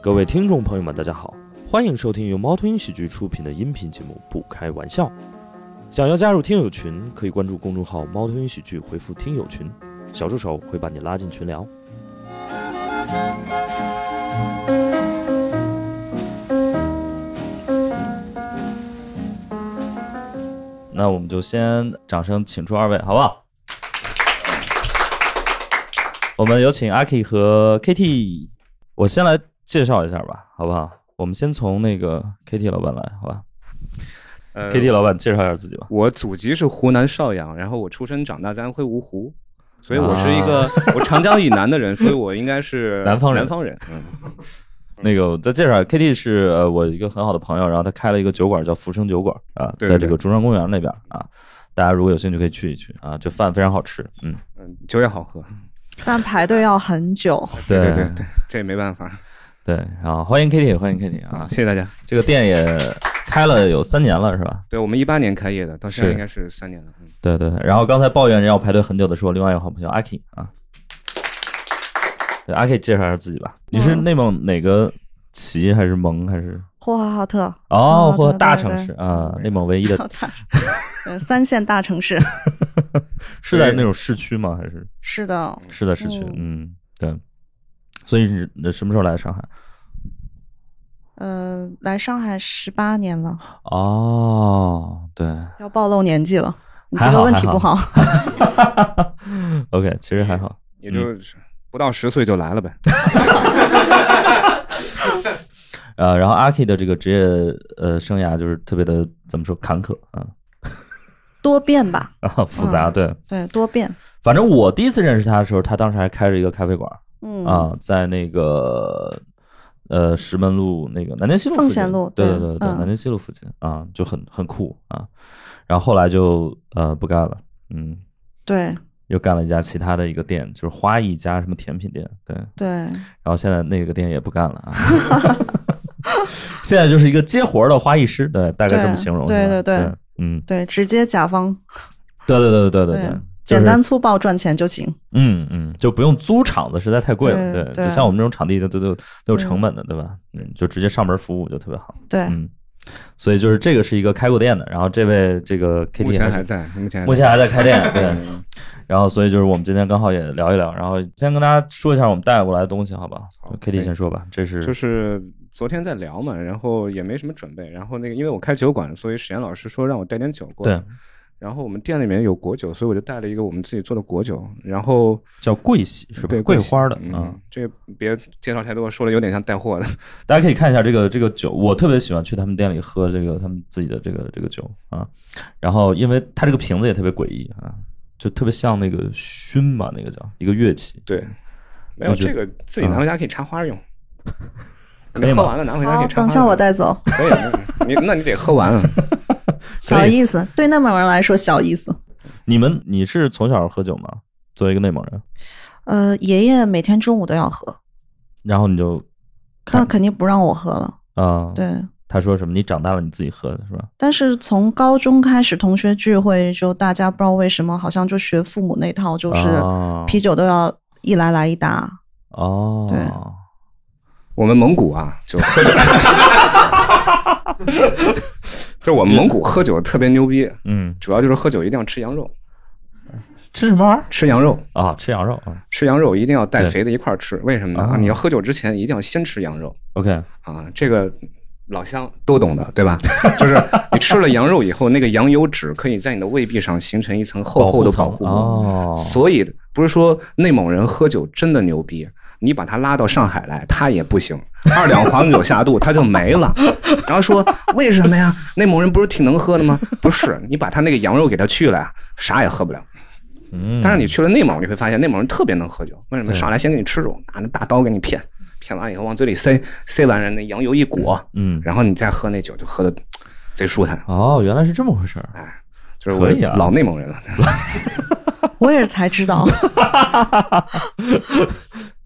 各位听众朋友们，大家好，欢迎收听由猫头鹰喜剧出品的音频节目《不开玩笑》。想要加入听友群，可以关注公众号“猫头鹰喜剧”，回复“听友群”，小助手会把你拉进群聊。那我们就先掌声请出二位，好不好？我们有请阿 K 和 KT，我先来介绍一下吧，好不好？我们先从那个 KT 老板来，好吧、呃 k t 老板介绍一下自己吧。我祖籍是湖南邵阳，然后我出生长大在安徽芜湖，所以我是一个、我长江以南的人，所 以我应该是啊南方人南方人，嗯，那个我再介绍，KT 是呃我一个很好的朋友，然后他开了一个酒馆叫福生酒馆啊，对在对这个中山公园那边啊，大家如果有兴趣可以去一去啊，这饭非常好吃，嗯，嗯酒也好喝，但排队要很久。对对对对，这也没办法，对，然后欢迎 KT，欢迎 KT 啊，谢谢大家。这个店也开了有三年了是吧？对我们一八年开业的，到现是在应该是三年了，嗯，对对对，然后刚才抱怨要排队很久的是我另外一个好朋友阿 K 啊，对阿 K 介绍一下自己吧，你是嗯内蒙哪个旗还是盟还是？呼和浩特，哦，哦或对大对城对市啊，内蒙 唯一的好大，呃，三线大城市。是在那种市区吗？还是？是的，是在市区，嗯嗯，对。所以你你什么时候来上海？呃，来上海十八年了，哦，对要暴露年纪了。你这还好个问题不好， ，OK，其实还好。也就是不到十岁就来了呗。呃，然后阿 K 的这个职业呃生涯就是特别的怎么说坎坷啊多变吧？啊 复杂，嗯对。对，多变。反正我第一次认识他的时候，他当时还开着一个咖啡馆嗯，啊，在那个呃石门路那个南京西路附近奉贤路对对对对，嗯南京西路附近啊，就很很酷啊。然后后来就呃不干了，嗯，对又干了一家其他的一个店，就是花艺加什么甜品店，对。对，然后现在那个店也不干了 啊，现在就是一个接活儿的花艺师，对，大概这么对形容。对是吧对对对，嗯，对，直接甲方，对对对对对对对对，就是简单，粗暴赚钱就行。嗯嗯，就不用租场子，实在太贵了，对对，对就像我们这种场地都都都都有成嗯本的，对吧？嗯，就直接上门服务就特别好，对，嗯。所以就是这个是一个开过店的，然后这位这个 K 目 T 前还在，目前还目前还在开店，对。嗯然后，所以就是我们今天刚好也聊一聊，然后先跟大家说一下我们带过来的东西，好吧好？K T 可以先说吧，这是就是昨天在聊嘛，然后也没什么准备，然后那个因为我开酒馆，所以史岩老师说让我带点酒过来对，然后我们店里面有果酒，所以我就带了一个我们自己做的果酒，然后叫桂喜是吧？对桂喜花的，嗯嗯，，这别介绍太多，说了有点像带货的。 大家可以看一下这个这个酒，我特别喜欢去他们店里喝这个他们自己的这个这个酒啊。然后，因为它这个瓶子也特别诡异啊，就特别像那个熏吧，那个叫一个乐器，对，没有我觉得这个自己拿回家可以插花用，可以 你喝吗完了拿回家可好以，插花。哦等下我。带走，可以，你那你得喝完啊。小意思。对内蒙人来说，小意思。你们你是从小喝酒吗？作为一个内蒙人，呃，爷爷每天中午都要喝，然后你就那肯定不让我喝了。啊、对，他说什么？你长大了你自己喝的是吧？但是从高中开始，同学聚会就大家不知道为什么，好像就学父母那套，就是啊啤酒都要一来来一打。哦，对我们蒙古啊，就喝酒， 就是我们蒙古喝酒特别牛逼，嗯，主要就是喝酒一定要吃羊肉，吃什么玩意儿吃羊肉，啊？吃羊肉啊吃羊肉一定要带对肥的一块儿吃。为什么呢？啊啊，你要喝酒之前一定要先吃羊肉。 ？OK，啊，这个老乡都懂的，对吧？ 就是你吃了羊肉以后，那个羊油脂可以在你的胃壁上形成一层厚厚的保保护护层膜。哦，所以不是说内蒙人喝酒真的牛逼，你把他拉到上海来，他也不行。二两黄酒下肚，他就没了。然后说为什么呀？内蒙人不是挺能喝的吗？不是，你把他那个羊肉给他去了呀，啥也喝不了。嗯，但是你去了内蒙，你会发现内蒙人特别能喝酒。为什么对上来先给你吃肉，拿那大刀给你片，片完以后往嘴里塞，塞完人那羊油一裹，嗯，然后你再喝那酒，就喝的贼舒坦，哦，原来是这么回事儿。哎，就是我可以啊老内蒙人了。我也是才知 道，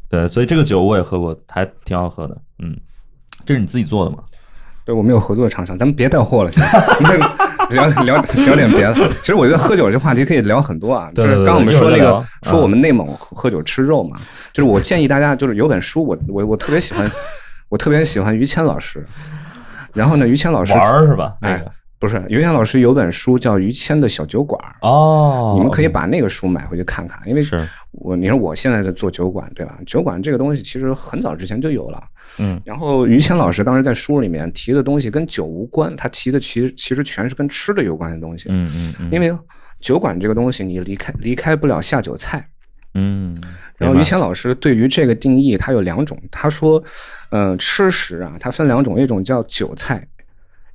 对，所以这个酒我也喝过，还挺好喝的。嗯，这是你自己做的吗？对我们有合作的厂商，咱们别带货 了，行？聊聊聊点别的。其实我觉得喝酒这话题可以聊很多啊，对对就对是刚我们一会儿说那再个聊嗯说我们内蒙喝酒吃肉嘛，就是我建议大家就是有本书，我我我特别喜欢。我特别喜欢于谦老师。然后呢，于谦老师玩儿是吧？那哎个，不是于谦老师有本书叫《于谦的小酒馆》，哦，你们可以 OK，把那个书买回去看看，因为是，我你说我现在在做酒馆，对吧？酒馆这个东西其实很早之前就有了。嗯，然后于谦老师当时在书里面提的东西跟酒无关，他提的其实其实全是跟吃的有关的东西。嗯嗯嗯，因为酒馆这个东西你离开离开不了下酒菜。嗯，然后明白于谦老师对于这个定义，他有两种，他说，呃，吃食啊，它分两种，一种叫酒菜，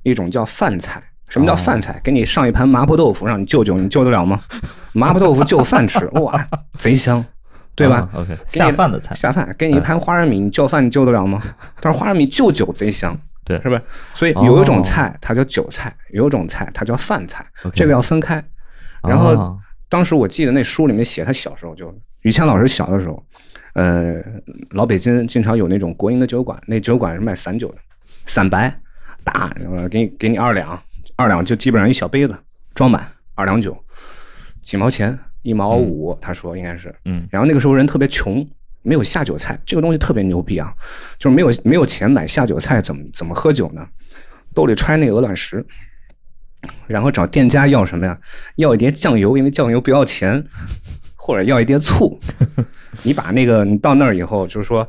一种叫饭菜。什么哦叫饭菜？给你上一盘麻婆豆腐，让你救救，你救得了吗？麻婆豆腐就饭吃，哇，贼香，对吧？啊？OK，下饭的菜，嗯下饭给你一盘花生米，你就饭你救得了吗？但是花生米就酒贼香，对哦是不是？所以有一种菜它叫酒菜，有一种菜它叫饭菜 OK，这个要分开。然后啊当时我记得那书里面写他小时候就，于谦老师小的时候，呃，老北京经常有那种国营的酒馆，那酒馆是卖散酒的，散白大，呃给你给你二两，二两就基本上一小杯子装满二两酒，几毛钱一毛五，他说应该是，嗯然后那个时候人特别穷，没有下酒菜，这个东西特别牛逼啊，就是没有没有钱买下酒菜，怎么怎么喝酒呢？兜里揣那鹅卵石，然后找店家要什么呀？要一碟酱油，因为酱油不要钱，或者要一碟醋。你把那个你到那儿以后，就是说，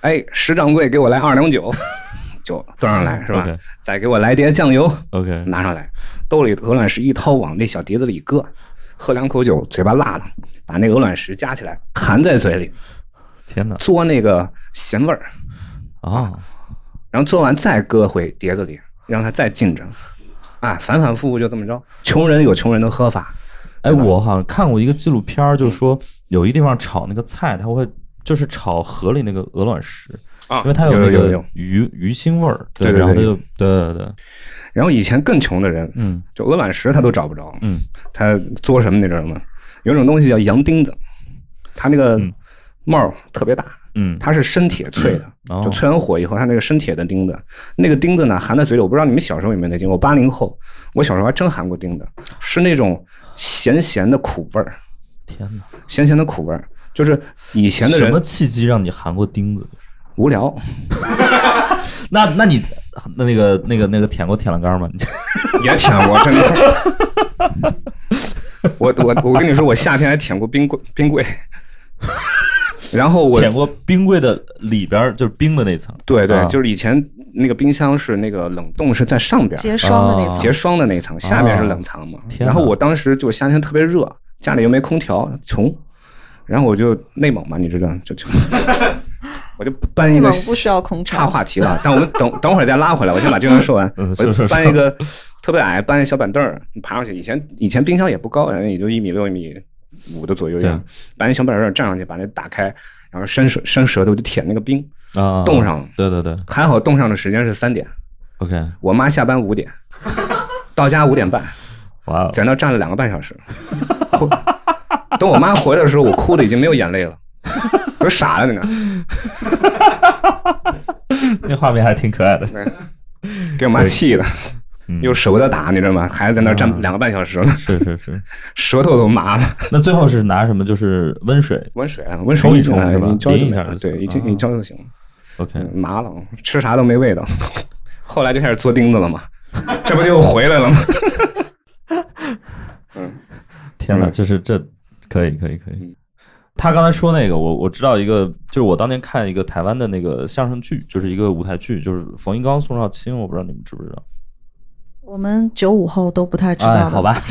哎，石掌柜给我来二两酒，就端上来是吧 OK 再给我来碟酱油， ，OK，拿上来，兜里鹅卵石一掏，往那小碟子里搁，喝两口酒，嘴巴辣了，把那鹅卵石夹起来含在嘴里，天哪嘬那个咸味儿，啊， 然后嘬完再搁回碟子里，让它再浸着。啊，反反复复就这么着，穷人有穷人的喝法，哎，我好像看过一个纪录片儿，就说有一地方炒那个菜，它会就是炒河里那个鹅卵石，啊因为它有有那有个有。鱼鱼腥味儿，对对然后它对就对对对，然后以前更穷的人，嗯就鹅卵石他都找不着，嗯，他嘬什么你知道吗？有种东西叫洋钉子，它那个嗯帽儿特别大，嗯，它是生铁淬的，哦就淬完火以后，它那个生铁的钉子，那个钉子呢含在嘴里，我不知道你们小时候有没有那经历，我八零后，我小时候还真含过钉子，是那种咸咸的苦味儿，天哪，咸咸的苦味儿，就是以前的什么人契机让你含过钉子？无聊，那那你那那个那个那个舔过铁栏杆吗？你也舔过，真的。 我我我跟你说，我夏天还舔过冰柜冰柜，然后我舔过冰柜的里边儿，就是冰的那层，对对啊，就是以前那个冰箱是那个冷冻是在上边儿，结霜的那啊层，结霜的那层，下面是冷藏嘛。天哪然后我当时就夏天特别热，家里又没空调，穷，然后我就内蒙嘛，你知道，就就我就搬一内个蒙不需要空岔调，话题了，但我们等等会儿再拉回来，我先把这个说完。嗯我是是就是搬一个特别矮，搬一小板凳儿，爬上去。以前以前冰箱也不高，人也就一米六、一米五的左右对样，搬一小板凳儿站上去，把那打开，然后伸舌伸舌头就舔那个冰，啊，冻上了。对对对还好冻上的时间是三点， ，OK，我妈下班 五点，到家五点半。哇哦，在那站了两个半小时。回等我妈回来的时候，我哭的已经没有眼泪了，我说傻了在那，那画面还挺可爱的，给我妈气的，嗯用手在打，你知道吗？孩子在那站嗯两个半小时了，是是是。舌头都麻了。那最后是拿什么？就是温水温水啊，温水冲一已经冲是吧你浇淋就一下行了就行对，已经啊你浇就行了， ，OK，嗯麻了，吃啥都没味道。后来就开始做钉子了嘛，这不就回来了吗？ 天哪，嗯就是这可以可以可以嗯。他刚才说那个，我我知道一个，就是我当年看一个台湾的那个相声剧，就是一个舞台剧，就是冯一刚、宋少卿，我不知道你们知不知道？我们九五后都不太知道哎，的。好，吧，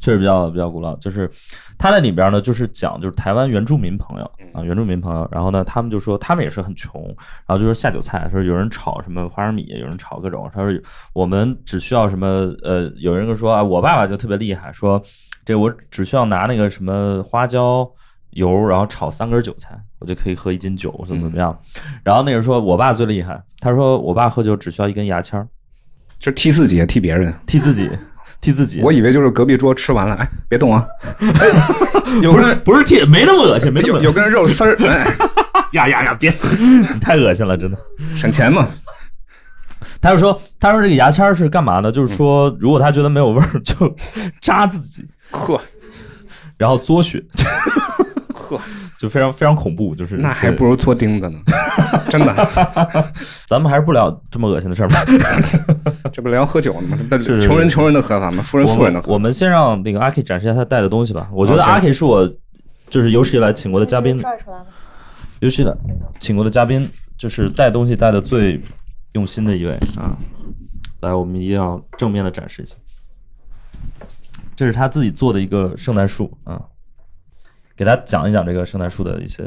确实比较比较古老。就是他在里边呢，就是讲就是台湾原住民朋友啊，原住民朋友，然后呢，他们就说他们也是很穷，然后就说下酒菜，说有人炒什么花生米，有人炒各种，他说我们只需要什么呃，有人就说啊，我爸爸就特别厉害，说这我只需要拿那个什么花椒。油，然后炒三根韭菜，我就可以喝一斤酒，怎么怎么样？然后那个人说，我爸最厉害，他说我爸喝酒只需要一根牙签儿，就踢自己，踢别人。替自己，替自己。我以为就是隔壁桌吃完了，哎，别 动啊！哎、有不是根不是替，没那么恶心，没那么恶有心有根肉丝儿，哎， 呀呀呀，别，你太恶心了，真的。省钱嘛。他就说，他说这个牙签儿是干嘛呢？就是说，嗯如果他觉得没有味儿，就扎自己，呵，然后嘬血，呵， 就非常非常恐怖，就是那还不如 如做钉子呢。真的，咱们还是不聊这么恶心的事儿吧。这不聊喝酒呢吗？那是是穷人穷人的喝法吗？富人我富人的们喝。我们先让那个阿 K 展示一下他带的东西吧。我觉得好行阿 K 是我就是有史以来请过的嘉宾，拽出来吗？尤其的请过的嘉宾，就是带东西带的最用心的一位啊。来，我们一定要正面的展示一下，这是他自己做的一个圣诞树啊，给大家讲一讲这个圣诞树的一些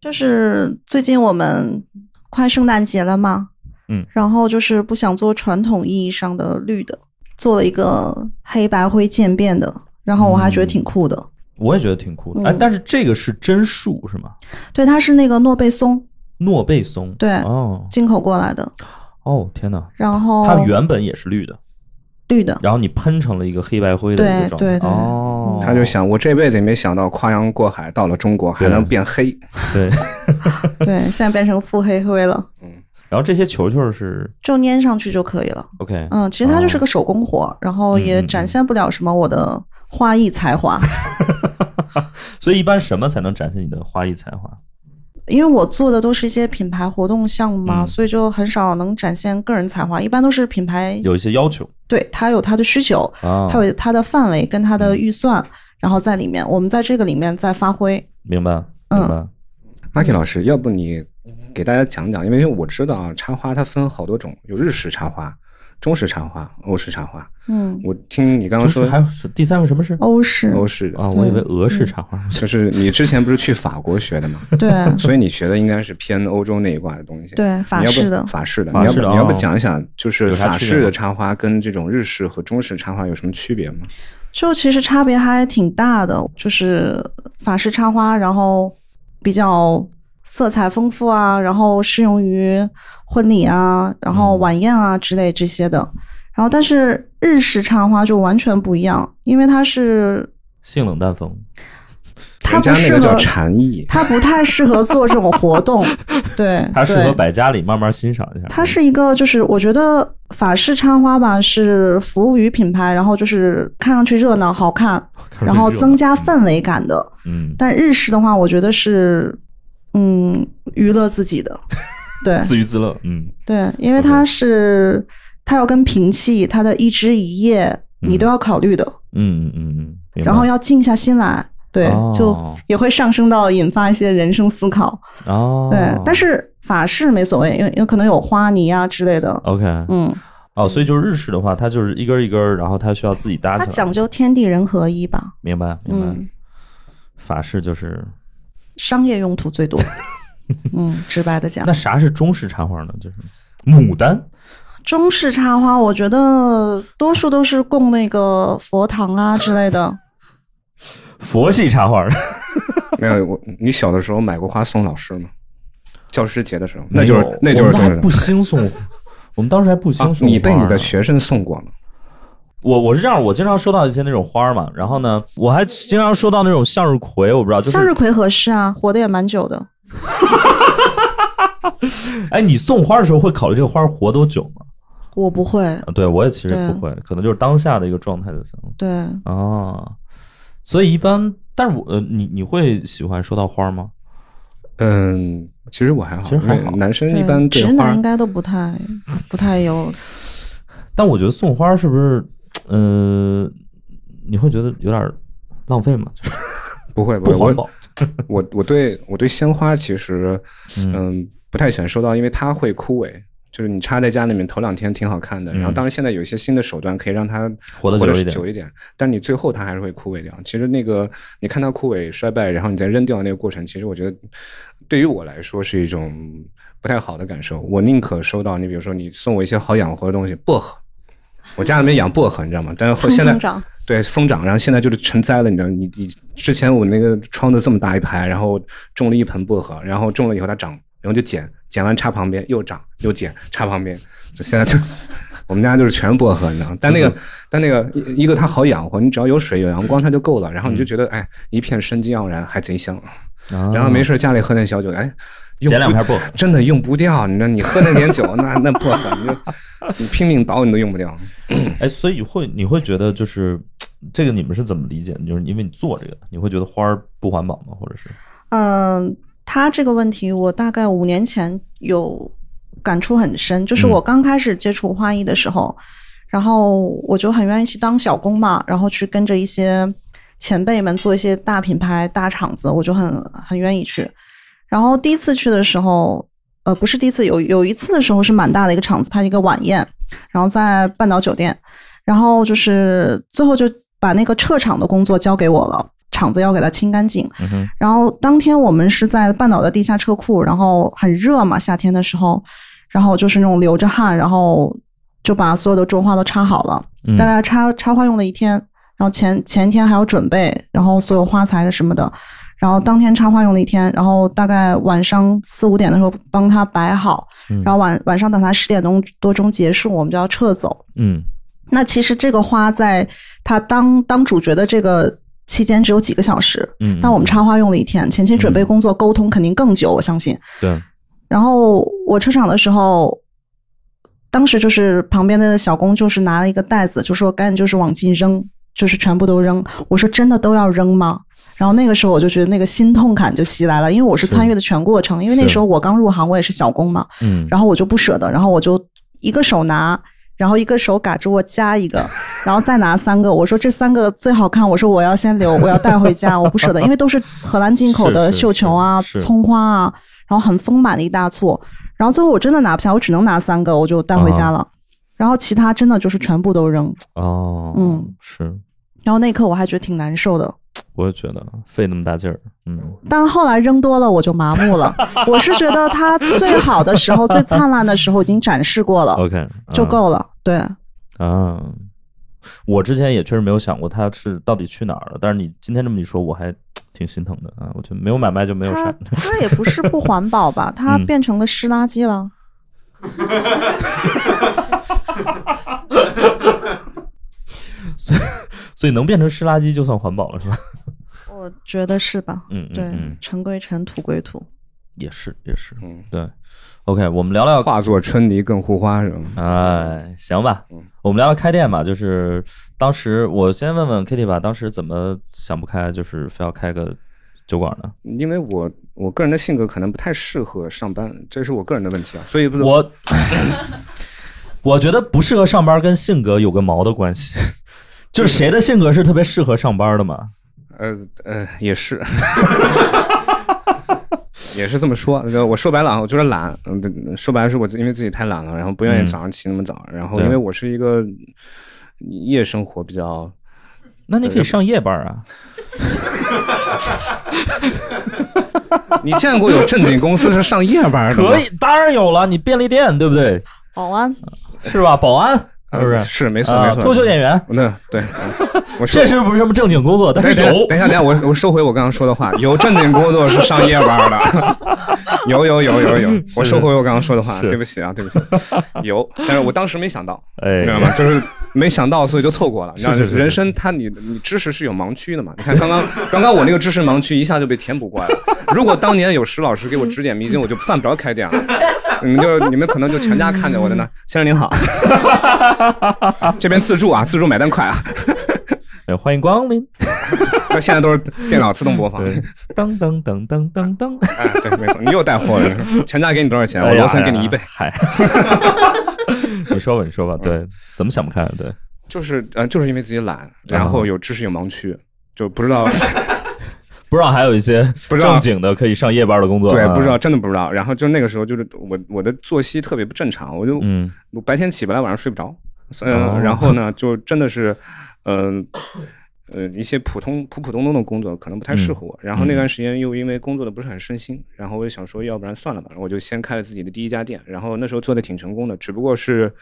就是最近我们快圣诞节了嘛，嗯然后就是不想做传统意义上的绿的，做了一个黑白灰渐变的，然后我还嗯觉得挺酷的。我也觉得挺酷的。哎，嗯但是这个是真树是吗？对，它是那个诺贝松诺贝松。对哦进口过来的，哦，天哪！然后它原本也是绿的，绿 的，然后你喷成了一个黑白灰的一个对状态。对对哦，他就想，我这辈子也没想到跨洋过海到了中国还能变黑。对，对，现在变成腹黑灰了，然后这些球球是就粘上去就可以了。 OK，嗯，其实它哦就是个手工活，然后嗯也展现不了什么我的花艺才华， 所以一般什么才能展现你的花艺才华？因为我做的都是一些品牌活动项目嘛，嗯所以就很少能展现个人才华，一般都是品牌有一些要求对它有它的需求，哦啊，它有它的范围跟它嗯的预算，然后在里面，我们在这个里面再发挥。明白嗯明白，阿 K 老师，要不你给大家讲讲，因为我知道啊，插花它分好多种，有日式插花、中式插花、欧式插花。嗯，我听你刚刚就是说还有是第三个什么事？欧式欧式的，啊，我以为俄式插花。就是你之前不是去法国学的吗？ 对所以你学的应该是偏欧洲那一挂的东西。对法你要不式的，法式的，法你要式不的你要不哦讲一讲，就是有啥法区别式吗的插花跟这种日式和中式插花有什么区别吗？就其实差别还挺大的，就是法式插花，然后比较色彩丰富啊，然后适用于婚礼啊，然后晚宴啊之类这些的。然后但是日式插花就完全不一样，因为它是性冷淡风，它人家不那适个合叫。禅意，它不太适合做这种活动，对，它适合对摆家里慢慢欣赏一下。它是一个，就是我觉得法式插花吧，是服务于品牌，然后就是看上去热闹好看， 看着然后热闹增加氛围感的。嗯，但日式的话，我觉得是嗯娱乐自己的， 对自娱自乐。嗯，对，因为它是它要跟平气，它的一枝一叶你都要考虑的，嗯嗯嗯嗯，明白然后要静下心来，对，哦就也会上升到引发一些人生思考。哦，对，但是法式没所谓，因为有可能有花泥啊之类的。 OK 嗯，哦，所以就是日式的话，它就是一根儿一根儿，然后它需要自己搭它起来讲。究天地人合一吧。明白明白嗯，，法式就是商业用途 最多。嗯，直白的讲那，啥是中式插花呢？就是牡丹。中式插花，我觉得多数都是供那个佛堂啊之类的。佛系插画，没有我，你小的时候买过花送老师吗？教师节的时候，那 没就有是那就我们是中还式不兴送， 我们当时还不兴啊！送、你被你的，学生送过吗？我我是这样，我经常收到一些那种花儿嘛，然后呢，我还经常收到那种向日葵，我不知道，就是向日葵合适啊，活的也蛮久的。哎，你送花的时候会考虑这个花儿活多久吗？我不会，啊，对我也其实对不会，可能就是当下的一个状态就行了对啊。所以一般，但是我呃，你你会喜欢收到花儿吗？嗯，其实我还好，其实还好因为男生对一般对直花男应该都不太不太有。但我觉得送花儿是不是，呃，你会觉得有点儿浪费吗？就是不会不会，环保我。我我对我对鲜花其实嗯嗯不太喜欢收到，因为它会枯萎。就是你插在家里面头两天挺好看的，嗯然后当然现在有一些新的手段可以让它活得久一点久一点，但你最后它还是会枯萎掉。其实那个你看它枯萎衰败，然后你再扔掉的那个过程，其实我觉得对于我来说是一种不太好的感受。我宁可收到你，比如说你送我一些好养活的东西，薄荷。我家里面养薄荷，你知道吗？但是后蹭现在蹭长，对，疯长，然后现在就是成灾了，你知道，你你之前我那个窗子这么大一排，然后种了一盆薄荷，然后种了以后它长，然后就剪，剪完插旁边又长又剪插旁边，就现在就我们家就是全是薄荷，你知道吗，但那嗯个但那个一一个它好养活，你只要有水有阳光它就够了，然后嗯你就觉得哎一片生机盎然，还贼香，然后没事儿家里喝点小酒，哎。啊用捡嗯两不片薄荷真的用不掉，你知道，你喝那点酒，那那薄荷， 你就你拼命倒你都用不掉。哎，所以会你会觉得就是这个你们是怎么理解的？就是因为你做这个，你会觉得花儿不环保吗？或者是嗯，他这个问题，我大概五年前有感触很深，就是我刚开始接触花艺的时候，然后我就很愿意去当小工嘛，然后去跟着一些前辈们做一些大品牌、大厂子，我就很很愿意去。然后第一次去的时候，呃，不是第一次，有有一次的时候是蛮大的一个场子，它一个晚宴，然后在半岛酒店，然后就是最后就把那个撤场的工作交给我了，场子要给它清干净。嗯哼，然后当天我们是在半岛的地下车库，然后很热嘛，夏天的时候，然后就是那种流着汗，然后就把所有的桌花都插好了，嗯大概插插花用了一天，然后前前一天还要准备，然后所有花材什么的，然后当天插花用了一天，然后大概晚上四五点的时候帮他摆好嗯，然后晚晚上等他十点钟多钟结束，我们就要撤走。嗯那其实这个花在它当当主角的这个期间只有几个小时，嗯，但我们插花用了一天，前期准备工作沟通肯定更久，我相信。对，然后我撤场的时候，当时就是旁边的小工就是拿了一个袋子，就说赶紧就是往进扔，就是全部都扔。我说真的都要扔吗？然后那个时候我就觉得那个心痛感就袭来了，因为我是是参与的全过程，因为那是时候我刚入行，我也是小工嘛，嗯，然后我就不舍得，然后我就一个手拿，然后一个手嘎住我夹一个，然后再拿三个。我说这三个最好看，我说我要先留，我要带回家，我不舍得，因为都是荷兰进口是的是绣球啊、是是葱花啊，然后很丰满的一大簇。然后最后我真的拿不下，我只能拿三个，我就带回啊家了。然后其他真的就是全部都扔。哦，嗯，是，然后那一刻我还觉得挺难受的，我也觉得费那么大劲儿，嗯但后来扔多了我就麻木了。我是觉得它最好的时候、最灿烂的时候已经展 示过了， ，OK，哦就嗯够了。对，啊，我之前也确实没有想过他是到底去哪儿了，但是你今天这么一说，我还挺心疼的啊。我觉得没有买卖就没有它啥，它也不是不环保 吧？它嗯变成了湿垃圾了。所以能变成湿垃圾就算环保了，是吧？我觉得是吧？嗯，嗯对，嗯，尘归尘，土归土。也是也是，嗯，对。OK，我们聊聊，化作春泥更护花是吗？哎，行吧嗯，我们聊聊开店吧。就是当时我先问问 Kitty 吧，当时怎么想不开，就是非要开个酒馆呢？因为我我个人的性格可能不太适合上班，这是我个人的问题啊，所以不我我觉得不适合上班跟性格有个毛的关系，就是谁的性格是特别适合上班的嘛？呃呃也是， 也是这么说。呃我说白了啊，我就是懒，嗯，说白了是我自因为自己太懒了，然后不愿嗯意早上起那么早，然后对因为我是一个夜生活比较那你可以上夜班啊。你见过有正经公司是上夜班的 吗？可以，当然有了。你便利店对不对？保安，是吧？保安是呃，不是？是没错啊没错。脱秀演员，那对，嗯我这说是不是什么正经工作？但等是一下有哎等一下，等一下，我我收回我刚刚说的话，有正经工作是上夜班的， 有有有有有，我收回我刚刚说的话，是对不起啊，对不起，有，但是我当时没想到，你知道哎，吗？就是没想到，所以就错过了。你知道是是是人生它你你知识是有盲区的嘛？你看刚刚刚刚我那个知识盲区一下就被填补过来了。如果当年有石老师给我指点迷津，我就犯不着开店了。你们就你们可能就全家看见我在那，先生您好， 这边自助啊，自助买单快啊。哎欢迎光临。那现在都是电脑自动播放。对，噔噔噔噔噔噔，哎，对，没错，你又带货了，全价给你多少钱？我哎呀罗森给你一倍。嗨，你说吧，你说吧，对，嗯怎么想不开？对，就是，呃，就是因为自己懒，然啊后有知识有盲区，就不 知道，不知道还有一些不知道正经的可以上夜班的工作，对啊，不知道，。真的不知道。然后就那个时候，就是我我的作息特别不正常，我就嗯我白天起不来，晚上睡不着。哦嗯，然后呢，就真的是，嗯。呃，一些普通普普通通的工作可能不太适嗯合我。然后那段时间又因为工作的不是很顺心，然后我就想说，要不然算了吧。我就先开了自己的第一家店，然后那时候做的挺成功的，只不过是，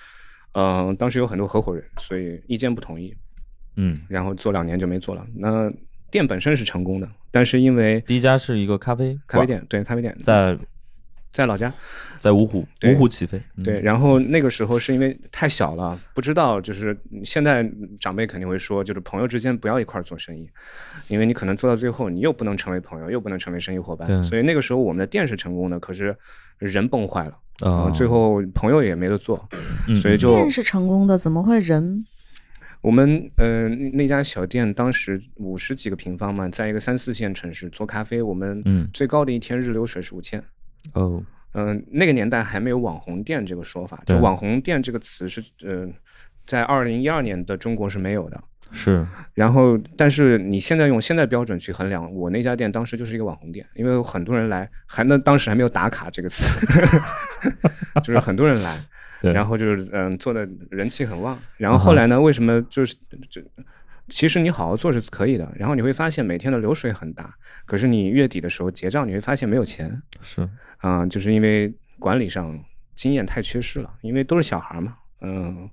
嗯、当时有很多合伙人，所以意见不统一，嗯，然后做两年就没做了。那店本身是成功的，但是因为第一家是一个咖啡咖馆，啡店，对咖啡店在在老家，在芜湖，对芜湖起飞，嗯对，，然后那个时候是因为太小了，不知道，就是现在长辈肯定会说，就是朋友之间不要一块儿做生意，因为你可能做到最后，你又不能成为朋友，又不能成为生意伙对伴。所以那个时候我们的店是成功的，可是人崩坏了，嗯啊哦最后朋友也没得做，嗯所以就店是成功的，怎么会人我们呃那那家小店当时五十几个平方嘛，在一个三四线城市做咖啡，我们嗯最高的一天日流水是五千。哦，嗯、那个年代还没有网红店这个说法，对就网红店这个词是呃，在二零一二年的中国是没有的。是，然后，但是你现在用现在标准去衡量，我那家店当时就是一个网红店，因为有很多人来，还那当时还没有“打卡”这个词， 就是很多人来，对，嗯然后就是嗯做的人气很旺。然后后来呢，为什么就是就其实你好好做是可以的，然后你会发现每天的流水很大，可是你月底的时候结账你会发现没有钱是，啊、就是因为管理上经验太缺失了，因为都是小孩儿嘛，嗯，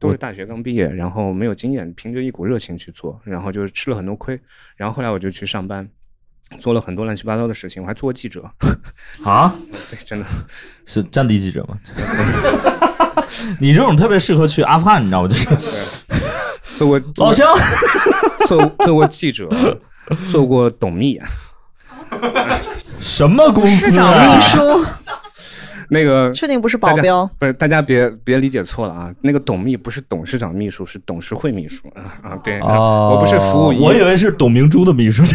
都是大学刚毕业，然后没有经验，凭着一股热情去做，然后就吃了很多亏。然后后来我就去上班，做了很多乱七八糟的事情，我还做过记者， 啊，对，真的。是战地记者吗？ 你这种特别适合去阿富汗，你知道吗？就是做过老乡，做做过记者，做过董秘，什么公市司长啊秘？书，那个确定不是保镖？不是大家别别理解错了啊，那个董秘不是董事长秘书，是董事会秘书啊啊，对，哦，我不是服务于我以为是董明珠的秘书。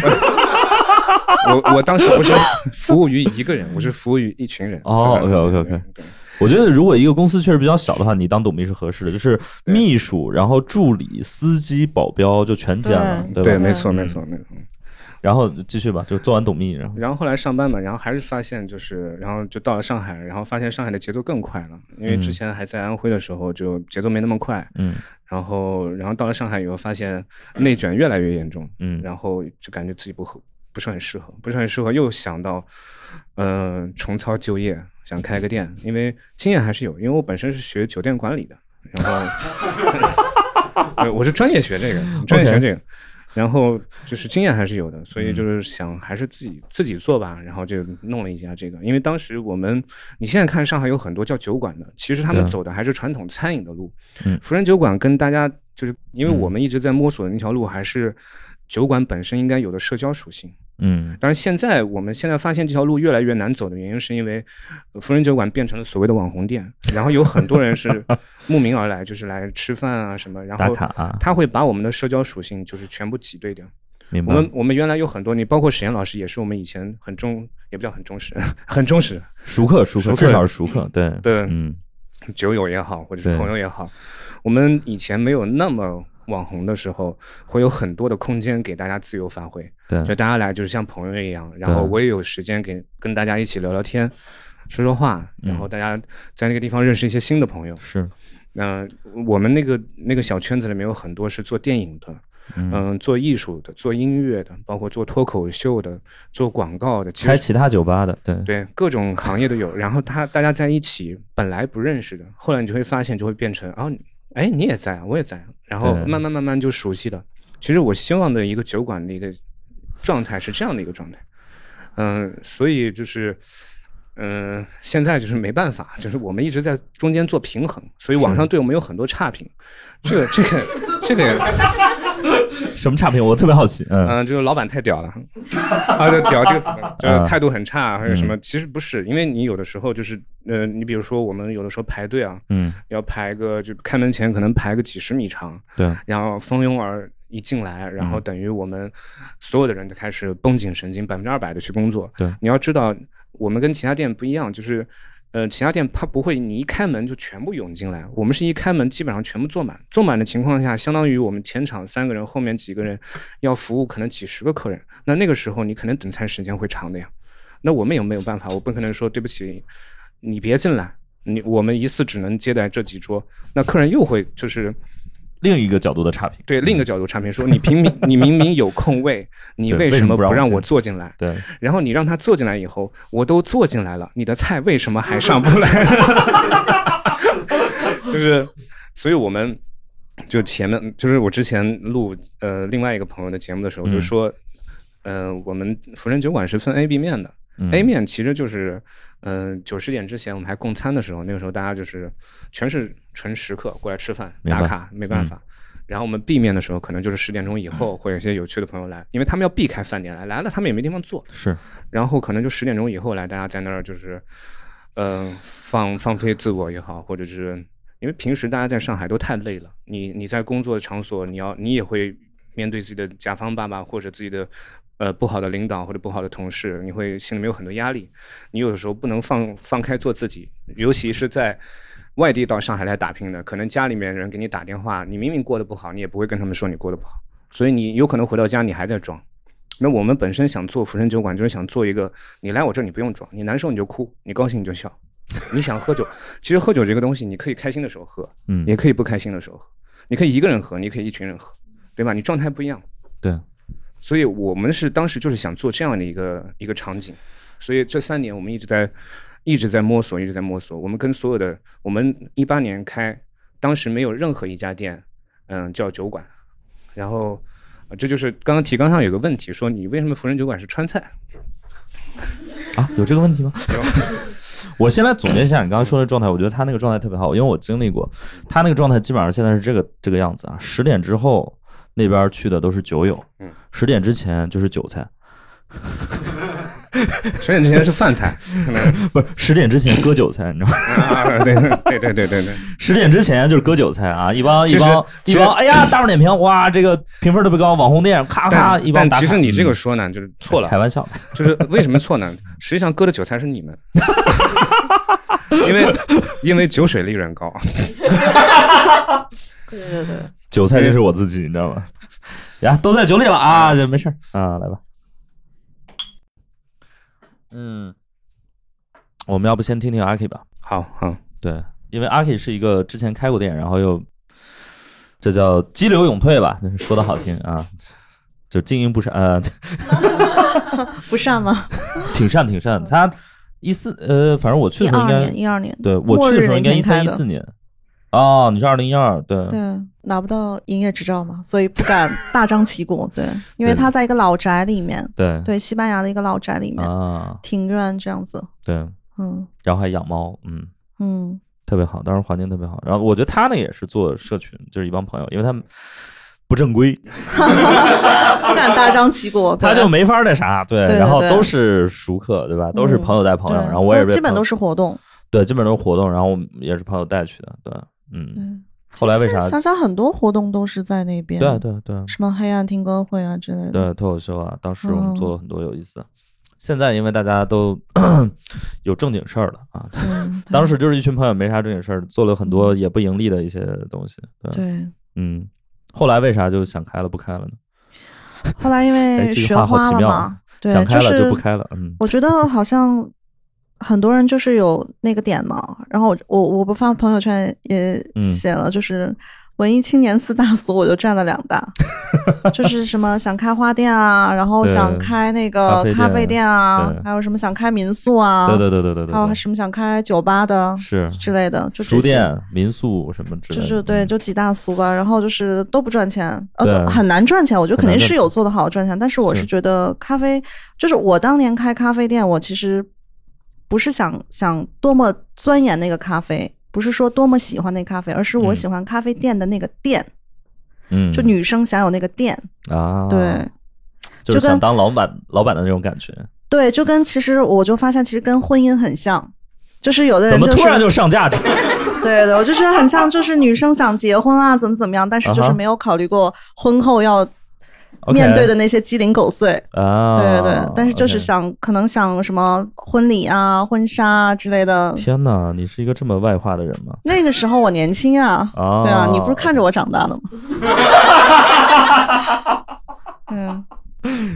我我当时不是服务于一个人，我是服务于一群人。哦所以 OK，OK，OK 对我觉得如果一个公司确实比较小的话，你当董秘是合适的，就是秘书，然后助理、司机、保镖就全兼了，对嗯对吧？没错没错没错。然后继续吧，就做完董秘，然后然后后来上班嘛，然后还是发现就是，然后就到了上海，然后发现上海的节奏更快了，因为嗯之前还在安徽的时候就节奏没那么快，嗯然后然后到了上海以后发现内卷越来越严重，嗯然后就感觉自己不合，不是很适合，不是很适合，又想到，呃，重操旧业，想开个店，因为经验还是有，因为我本身是学酒店管理的，然后，呃 我是专业学这个，专业学这个。然后就是经验还是有的，所嗯以就是想还是自己、自己做吧，然后就弄了一家这个。因为当时我们，你现在看上海有很多叫酒馆的，其实他们对啊走的还是传统餐饮的路，福人酒馆跟大家就是，因为嗯我们一直在摸索的那条路还是酒馆本身应该有的社交属性。嗯但是现在我们现在发现这条路越来越难走的原因，是因为呃福人酒馆变成了所谓的网红店，然后有很多 人是慕名而来，就是来吃饭啊什么，然打后卡啊，他会把我们的社交属性就是全部挤兑掉。明我白？们我们原来有很多，你包括史岩老师也是我们以前很忠，也不叫很忠实， 很忠实，熟客，熟客，熟客至少是熟客，对对嗯酒友也好，或者对是朋友也好，我们以前没有那么网红的时候，会有很多的空间给大家自由发挥，对就大家来就是像朋友一样，然后我也有时间给跟大家一起聊聊天，说说话，嗯然后大家在那个地方认识一些新的朋友。是嗯、我们那个那个小圈子里面有很多是做电影的，嗯嗯、做艺术的，做音乐的，包括做脱口秀的，做广告的，其开实其他酒吧的，对嗯对，各种行业都有。然后他大家在一起，本来不认识的，后来你就会发现，就会变成啊，哎，你也在啊，我也在啊，然后对慢慢慢慢就熟悉了。其实我希望的一个酒馆的一个状态是这样的一个状态，嗯、所以就是。嗯、现在就是没办法，就是我们一直在中间做平衡，所以网上对我们有很多差评。这个、这个、这个也，什么差评？我特别好奇，嗯嗯，就是老板太屌了， 啊，就屌这个词，就是态度很差或者什么。其实不是，因为你有的时候就是，呃，你比如说我们有的时候排队啊，嗯，要排个就开门前可能排个几十米长，对，嗯然后蜂拥而一进来，然后等于我们所有的人都开始绷紧神经，百分之二百的去工作。对你要知道，我们跟其他店不一样，就是。呃，其他店它不会，你一开门就全部涌进来。我们是一开门，基本上全部坐满。坐满的情况下，相当于我们前场三个人，后面几个人要服务可能几十个客人。那那个时候，你可能等餐时间会长的呀。那我们也没有办法，我不可能说对不起，你别进来，你我们一次只能接待这几桌。那客人又会就是另一个角度的差评，对另一个角度差评说，你平 明你明明有空位，你嗯对为为什什么么不让不让我我坐进来？对，然后你让他坐进来以后，我都坐进来了，你的菜为什么还上不来？ 就是，所以我们就前面就是我之前录呃另外一个朋友的节目的时候，嗯就说，呃，我们福人酒馆是分 A、B 面的。嗯 A 面其实就是，嗯、九十点之前我们还供餐的时候，那个时候大家就是全是纯食客过来吃饭明白嗯打卡，没办法。然后我们 B 面的时候，可能就是十点钟以后会有一些有趣的朋友来，因为他们要避开饭点来，来了他们也没地方坐，是然后可能就十点钟呃以后来，大家在那儿就是，嗯、放放飞自我也好，或者是因为平时大家在上海都太累了，你你在工作场所，你要你也会面对自己的甲方爸爸或者自己的呃不好的领导或者不好的同事，你会心里面有很多压力，你有的时候不能放放开做自己，尤其是在。外地到上海来打拼的，可能家里面人给你打电话，你明明过得不好，你也不会跟他们说你过得不好，所以你有可能回到家你还在装。那我们本身想做浮生酒馆，就是想做一个，你来我这儿你不用装，你难受你就哭，你高兴你就笑，你想喝酒，其实喝酒这个东西，你可以开心的时候喝，嗯也可以不开心的时候喝，你可以一个人喝，你可以一群人喝，对吧？你状态不一样，对，所以我们是当时就是想做这样的一个一个场景，所以这三年我们一直在一直在摸索，一直在摸索。我们跟所有的，我们一八年开，当时没有任何一家店，嗯，叫酒馆。然后，呃这就是刚刚提纲上有个问题，说你为什么福人酒馆是川菜？啊，有这个问题吗？ 我先来总结一下你刚刚说的状态，我觉得他那个状态特别好，因为我经历过，他那个状态基本上现在是这个这个样子啊。十点之后那边去的都是酒友嗯，十点之前就是韭菜，十点之前是饭菜，可能不是十点之前 割韭菜，你知道吗？啊，对对对对对对，十点之前就是割韭菜啊，一帮其一实帮其一实帮，哎 呀，大众点评哇，这个评分特别高，网红店咔咔但一帮但打卡。其实你这个嗯说呢，就是错了开，玩笑，就是为什么错呢？实际上割的韭菜 是你们，因为因为酒水利润高。对对对，韭菜就是我自己，你知道吗？ 呀，都在酒里了啊，这没事儿啊，来吧。嗯，我们要不先听听阿 K 吧？好好，对，因为阿 K 是一个之前开过店，然后又这叫激流勇退吧，就是说的好听啊，就经营不善，呃， 不善吗？挺善挺善。他一四呃，反正我去一的时候应二年，该，一二年，对我去的时候应该末日一那天三开一的四年。哦，你是二零一二，对，对，拿不到营业执照嘛，所以不 敢大张旗鼓。对，因为对他在一个老宅里面，对对，西班牙的一个老宅里面，啊，庭院这样子。对，嗯然后还养猫，嗯。 嗯，特别好，当时环境特别好。然后我觉得他呢也是做社群，就是一帮朋友，因为他们不正规，不敢大张旗鼓。对他就没法那啥，对。对然后对嗯都是熟客，对吧？都是朋友带朋友，对然后我也都被基本朋友都是活动。对，基本都是活动，然后我们也是朋友带去的，对，嗯。嗯，后来为啥现在？想想很多活动都是在那边，对啊对对什么黑暗听歌会啊之类的。对，脱口秀啊，当时我们嗯做了很多有意思的。现在因为大家都 有正经事儿了啊， 嗯，对嗯当时就是一群朋友没啥正经事儿，做了很多也不盈利的一些东西，对，对，嗯。后来为啥就想开了不开了呢？后来因哎为这学个话好花奇了妙嘛啊，对，想开了是就不开了，嗯。我觉得好像很多人就是有那个点嘛，然后我我我不发朋友圈也嗯写了，就是文艺青年四大俗，我就占了两 大，就是什么想开花店啊，然后对想开那咖个啡店咖啡店啊对，还有什么想开民宿啊，对对对对对对，还有对什么想开酒吧的是之类的，就这书些店、民宿什么之类就的，是对，嗯就几大俗吧，然后就是都不赚钱，呃，对都很难赚钱。我觉得很肯难定赚是钱有做的好赚钱，但是我是是觉得咖啡，就是我当年开咖啡店，我其实不是想想多么钻研那个咖啡，不是说多么喜欢那咖啡，而是我嗯喜欢咖啡店的那个店，嗯，就女生享有那个店，啊，对，。就是就跟想当老板老板的那种感觉，对，就跟其实我就发现，其实跟婚姻很像，就是有的怎人么就是突然就上价值？对对，我就觉得很像，就是女生想结婚啊，怎么怎么样，但是就啊哈是没有考虑过婚后要 OK 面对的那些鸡零狗碎。啊，对对对，但是就是 OK 想可能想什么婚礼啊、婚纱啊之类的。天哪，你是一个这么外化的人吗？那个时候我年轻啊，哦对啊，你不是看着我长 大的吗？嗯，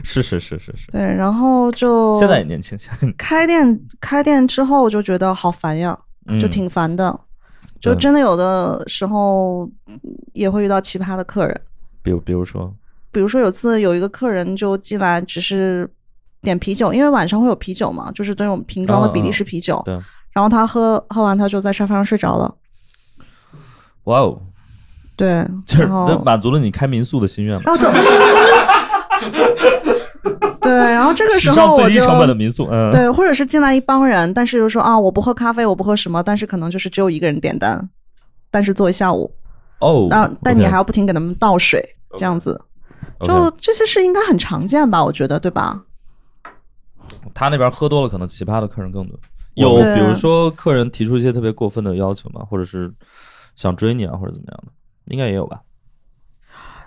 是是是是是，对，然后就现在也年轻，现在开店开店之后就觉得好烦呀，嗯就挺烦的，就对真的有的时候也会遇到奇葩的客人。比如比如说，比如说有次有一个客人就进来，只是点啤酒，因为晚上会有啤酒嘛，就是那种瓶装的比利时啤酒。啊对，然后他喝喝完，他就在沙发上睡着了。哇哦，对，这然后这满足了你开民宿的心愿吗？然后就 对，然后这个时史候上我最低就成本的民宿，嗯，对，或者是进来一帮人，但是就说啊，我不喝咖啡，我不喝什么，但是可能就是只有一个人点单，但是做一下午，哦，但啊但你 OK，还要不停给他们倒水，这样子，就 OK 这些事应该很常见吧？我觉得，对吧？他那边喝多了，可能奇葩的客人更多。有对啊比如说客人提出一些特别过分的要求吗？或者是想追你啊，或者怎么样的，应该也有吧？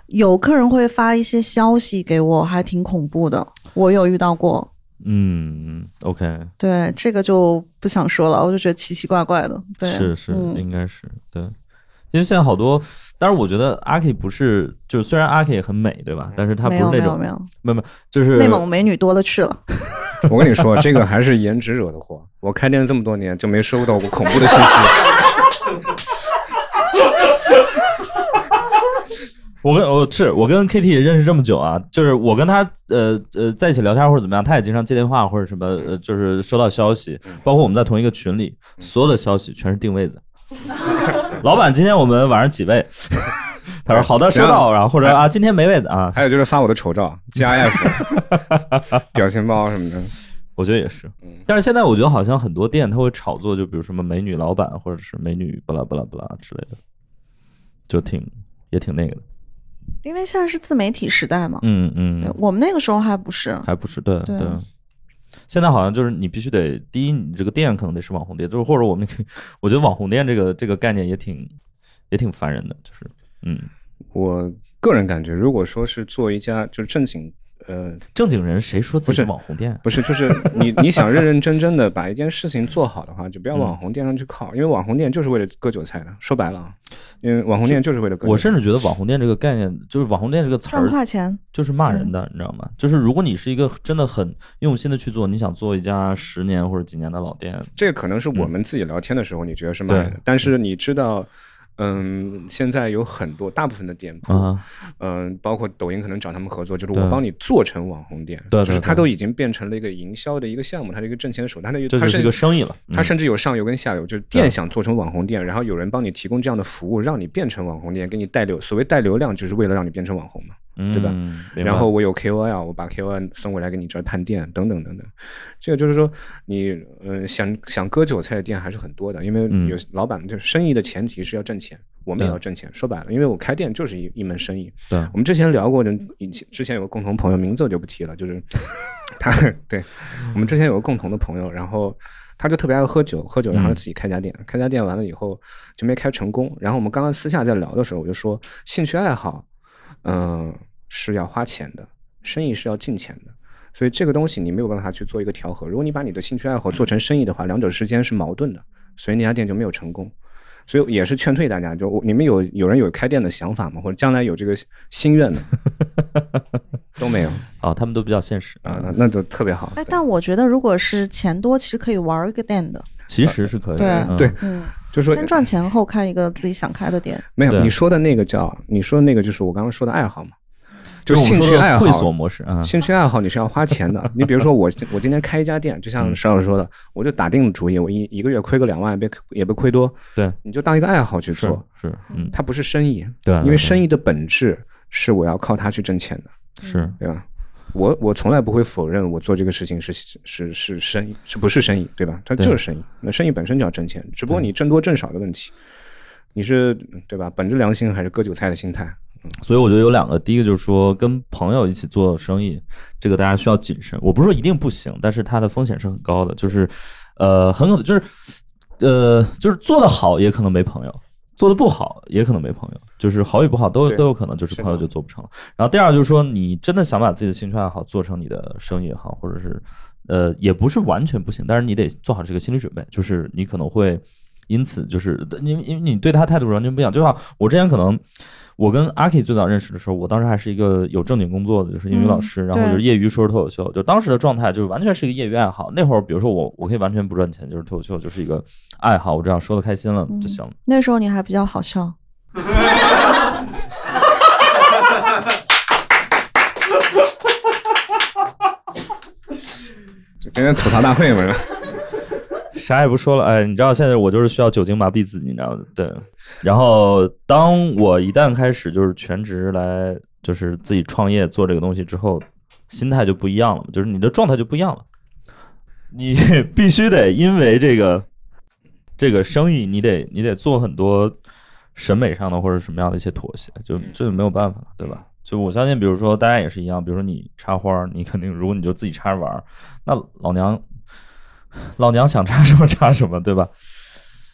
有客人会发一些消息给我，还挺恐怖的，我有遇到过。嗯，OK，对，这个就不想说了，我就觉得奇奇怪怪的。对，是是，嗯，应该是对。因为现在好多，但是我觉得阿 K 不是，就是虽然阿 K 也很美，对吧？但是她不是没有没那有种，没有，没有没有，就是内蒙美女多了去了。 我跟你说，这个还是颜值惹的祸。我开店这么多年，就没收到过恐怖的信 息。我跟我是我跟 KT 也认识这么久啊，就是我跟他呃呃在一起聊天或者怎么样，他也经常接电话或者什么，呃，就是收到消息，嗯包括我们在同一个群里，所有的消息全是定位 子。老板，今天我们晚上几位？ 他说好的，收到。然后或者啊，今天没位子啊，还有就是发我的丑照、GIF、表情包什么的。我觉得也是嗯。但是现在我觉得好像很多店他会炒作，就比如什么美女老板或者是美女巴拉巴拉巴拉之类的，就挺也挺那个的。因为现在是自媒体时代嘛，嗯嗯，对我们那个时候还不是。还不是对对现在好像就是你必须得第一，你这个店可能得是网红店，就是或者我们 可以，我觉得网红店这个这个概念也挺也挺烦人的，就是嗯，我个人感觉，如果说是做一家就是正经，呃，正经人谁说自己不是是网红店？啊不是，就是你你想认认真真的把一件事情做好的话，就不要往红店上去靠，因为网红店就是为了割韭菜的。说白了啊，因为网红店就是为了割韭菜。我甚至觉得网红店这个概念，就是网红店这个词赚儿，快钱，就是骂人的，你知道吗？就是如果你是一个真的很用心的去做，你想做一家十年或者几年的老店，这个可能是我们自己聊天的时候你觉得是骂人的，嗯对但是你知道，嗯，现在有很多大部分的店铺，嗯、啊，包括抖音可能找他们合作，就是对我帮你做成网红店，对对就是它对都已经变成了一个营销的一个项目，它是一个挣钱的手段，它的这它就是一个生意了。它嗯甚至有上游跟下游，就是对店想做成网红店，然后有人帮你提供这样的服务，让你变成网红店，给你带流。所谓带流量，就是为了让你变成网红嘛。对吧？嗯明白然后我有 KOL，我把 KOL 送过来给你这儿探店，等等等等。这个就是说，你呃想想割韭菜的店还是很多的，因为嗯有老板就是生意的前提是要挣钱，我们也对要挣钱。说白了，因为我开店就是一一门生意。对我们之前聊过的，以前之前有个共同朋友，名字我就不提了，就是他， 对我们之前有个共同的朋友，然后他就特别爱喝酒，喝酒然后自己开家店，开家店完了以后就没开成功。然后我们刚刚私下在聊的时候，我就说兴趣爱好，嗯、是要花钱的，生意是要进钱的。所以这个东西你没有办法去做一个调和。如果你把你的兴趣爱好做成生意的话，两者之间是矛盾的，所以那家店就没有成功。所以也是劝退大家，就哦我你们有有人有开店的想法吗？或者将来有这个心愿的都没有啊，他们都比较现实嗯啊，那那就特别好。哎，但我觉得如果是钱多，其实可以玩一个店的，其实是可以对的，嗯对嗯，就说先赚钱后开一个自己想开的店，没有对你说的那个叫你说的那个就是我刚刚说的爱好嘛，就就是我兴们趣说爱的好会所模式啊，兴趣爱好你是要花 钱的。你比如说我，我今天开一家店，就像石老师说的，我就打定主意，我一一个月亏个两万，也别也别亏多。对，你就当一个爱好去是嗯做，是，嗯，它不是生意，对，啊因为对生意的本质是我要靠它去挣钱的，是对吧？我我从来不会否认我做这个事情是是是生意，是不是生意，对吧？它对就是生意，那生意本身就要挣钱，只不过你挣多挣少的问题，你是对吧？本着良心还是割韭菜的心态？所以我觉得有两个，第一个就是说跟朋友一起做生意，这个大家需要谨慎。我不是说一定不行，但是它的风险是很高的，就是，呃，很可能就是，呃，就是做得好也可能没朋友，做得不好也可能没朋友，就是好与不好都对都有可能，就是是的朋友就做不成了。然后第二就是说，你真的想把自己的兴趣爱好做成你的生意也好，或者是，呃，也不是完全不行，但是你得做好这个心理准备，就是你可能会。因此就是因为因为你对他态度完全不一样，就像我之前可能。我跟阿 K 最早认识的时候，我当时还是一个有正经工作的，就是英语老师，然后就是业余说说脱口秀，就当时的状态就是完全是一个业余爱好。那会儿，比如说我，我可以完全不赚钱，就是脱口秀就是一个爱好，我只要说的开心了就行了。那时候你还比较好笑，今天吐槽大会嘛，是吧？啥也不说了，哎，你知道现在我就是需要酒精麻痹自己，你知道吗？对。然后当我一旦开始就是全职来，就是自己创业做这个东西之后，心态就不一样了，就是你的状态就不一样了。你必须得因为这个这个生意，你得你得做很多审美上的或者什么样的一些妥协，就这就没有办法了，对吧？就我相信，比如说大家也是一样，比如说你插花儿，你肯定如果你就自己插着玩儿，那老娘老娘想插什么插什么，对吧？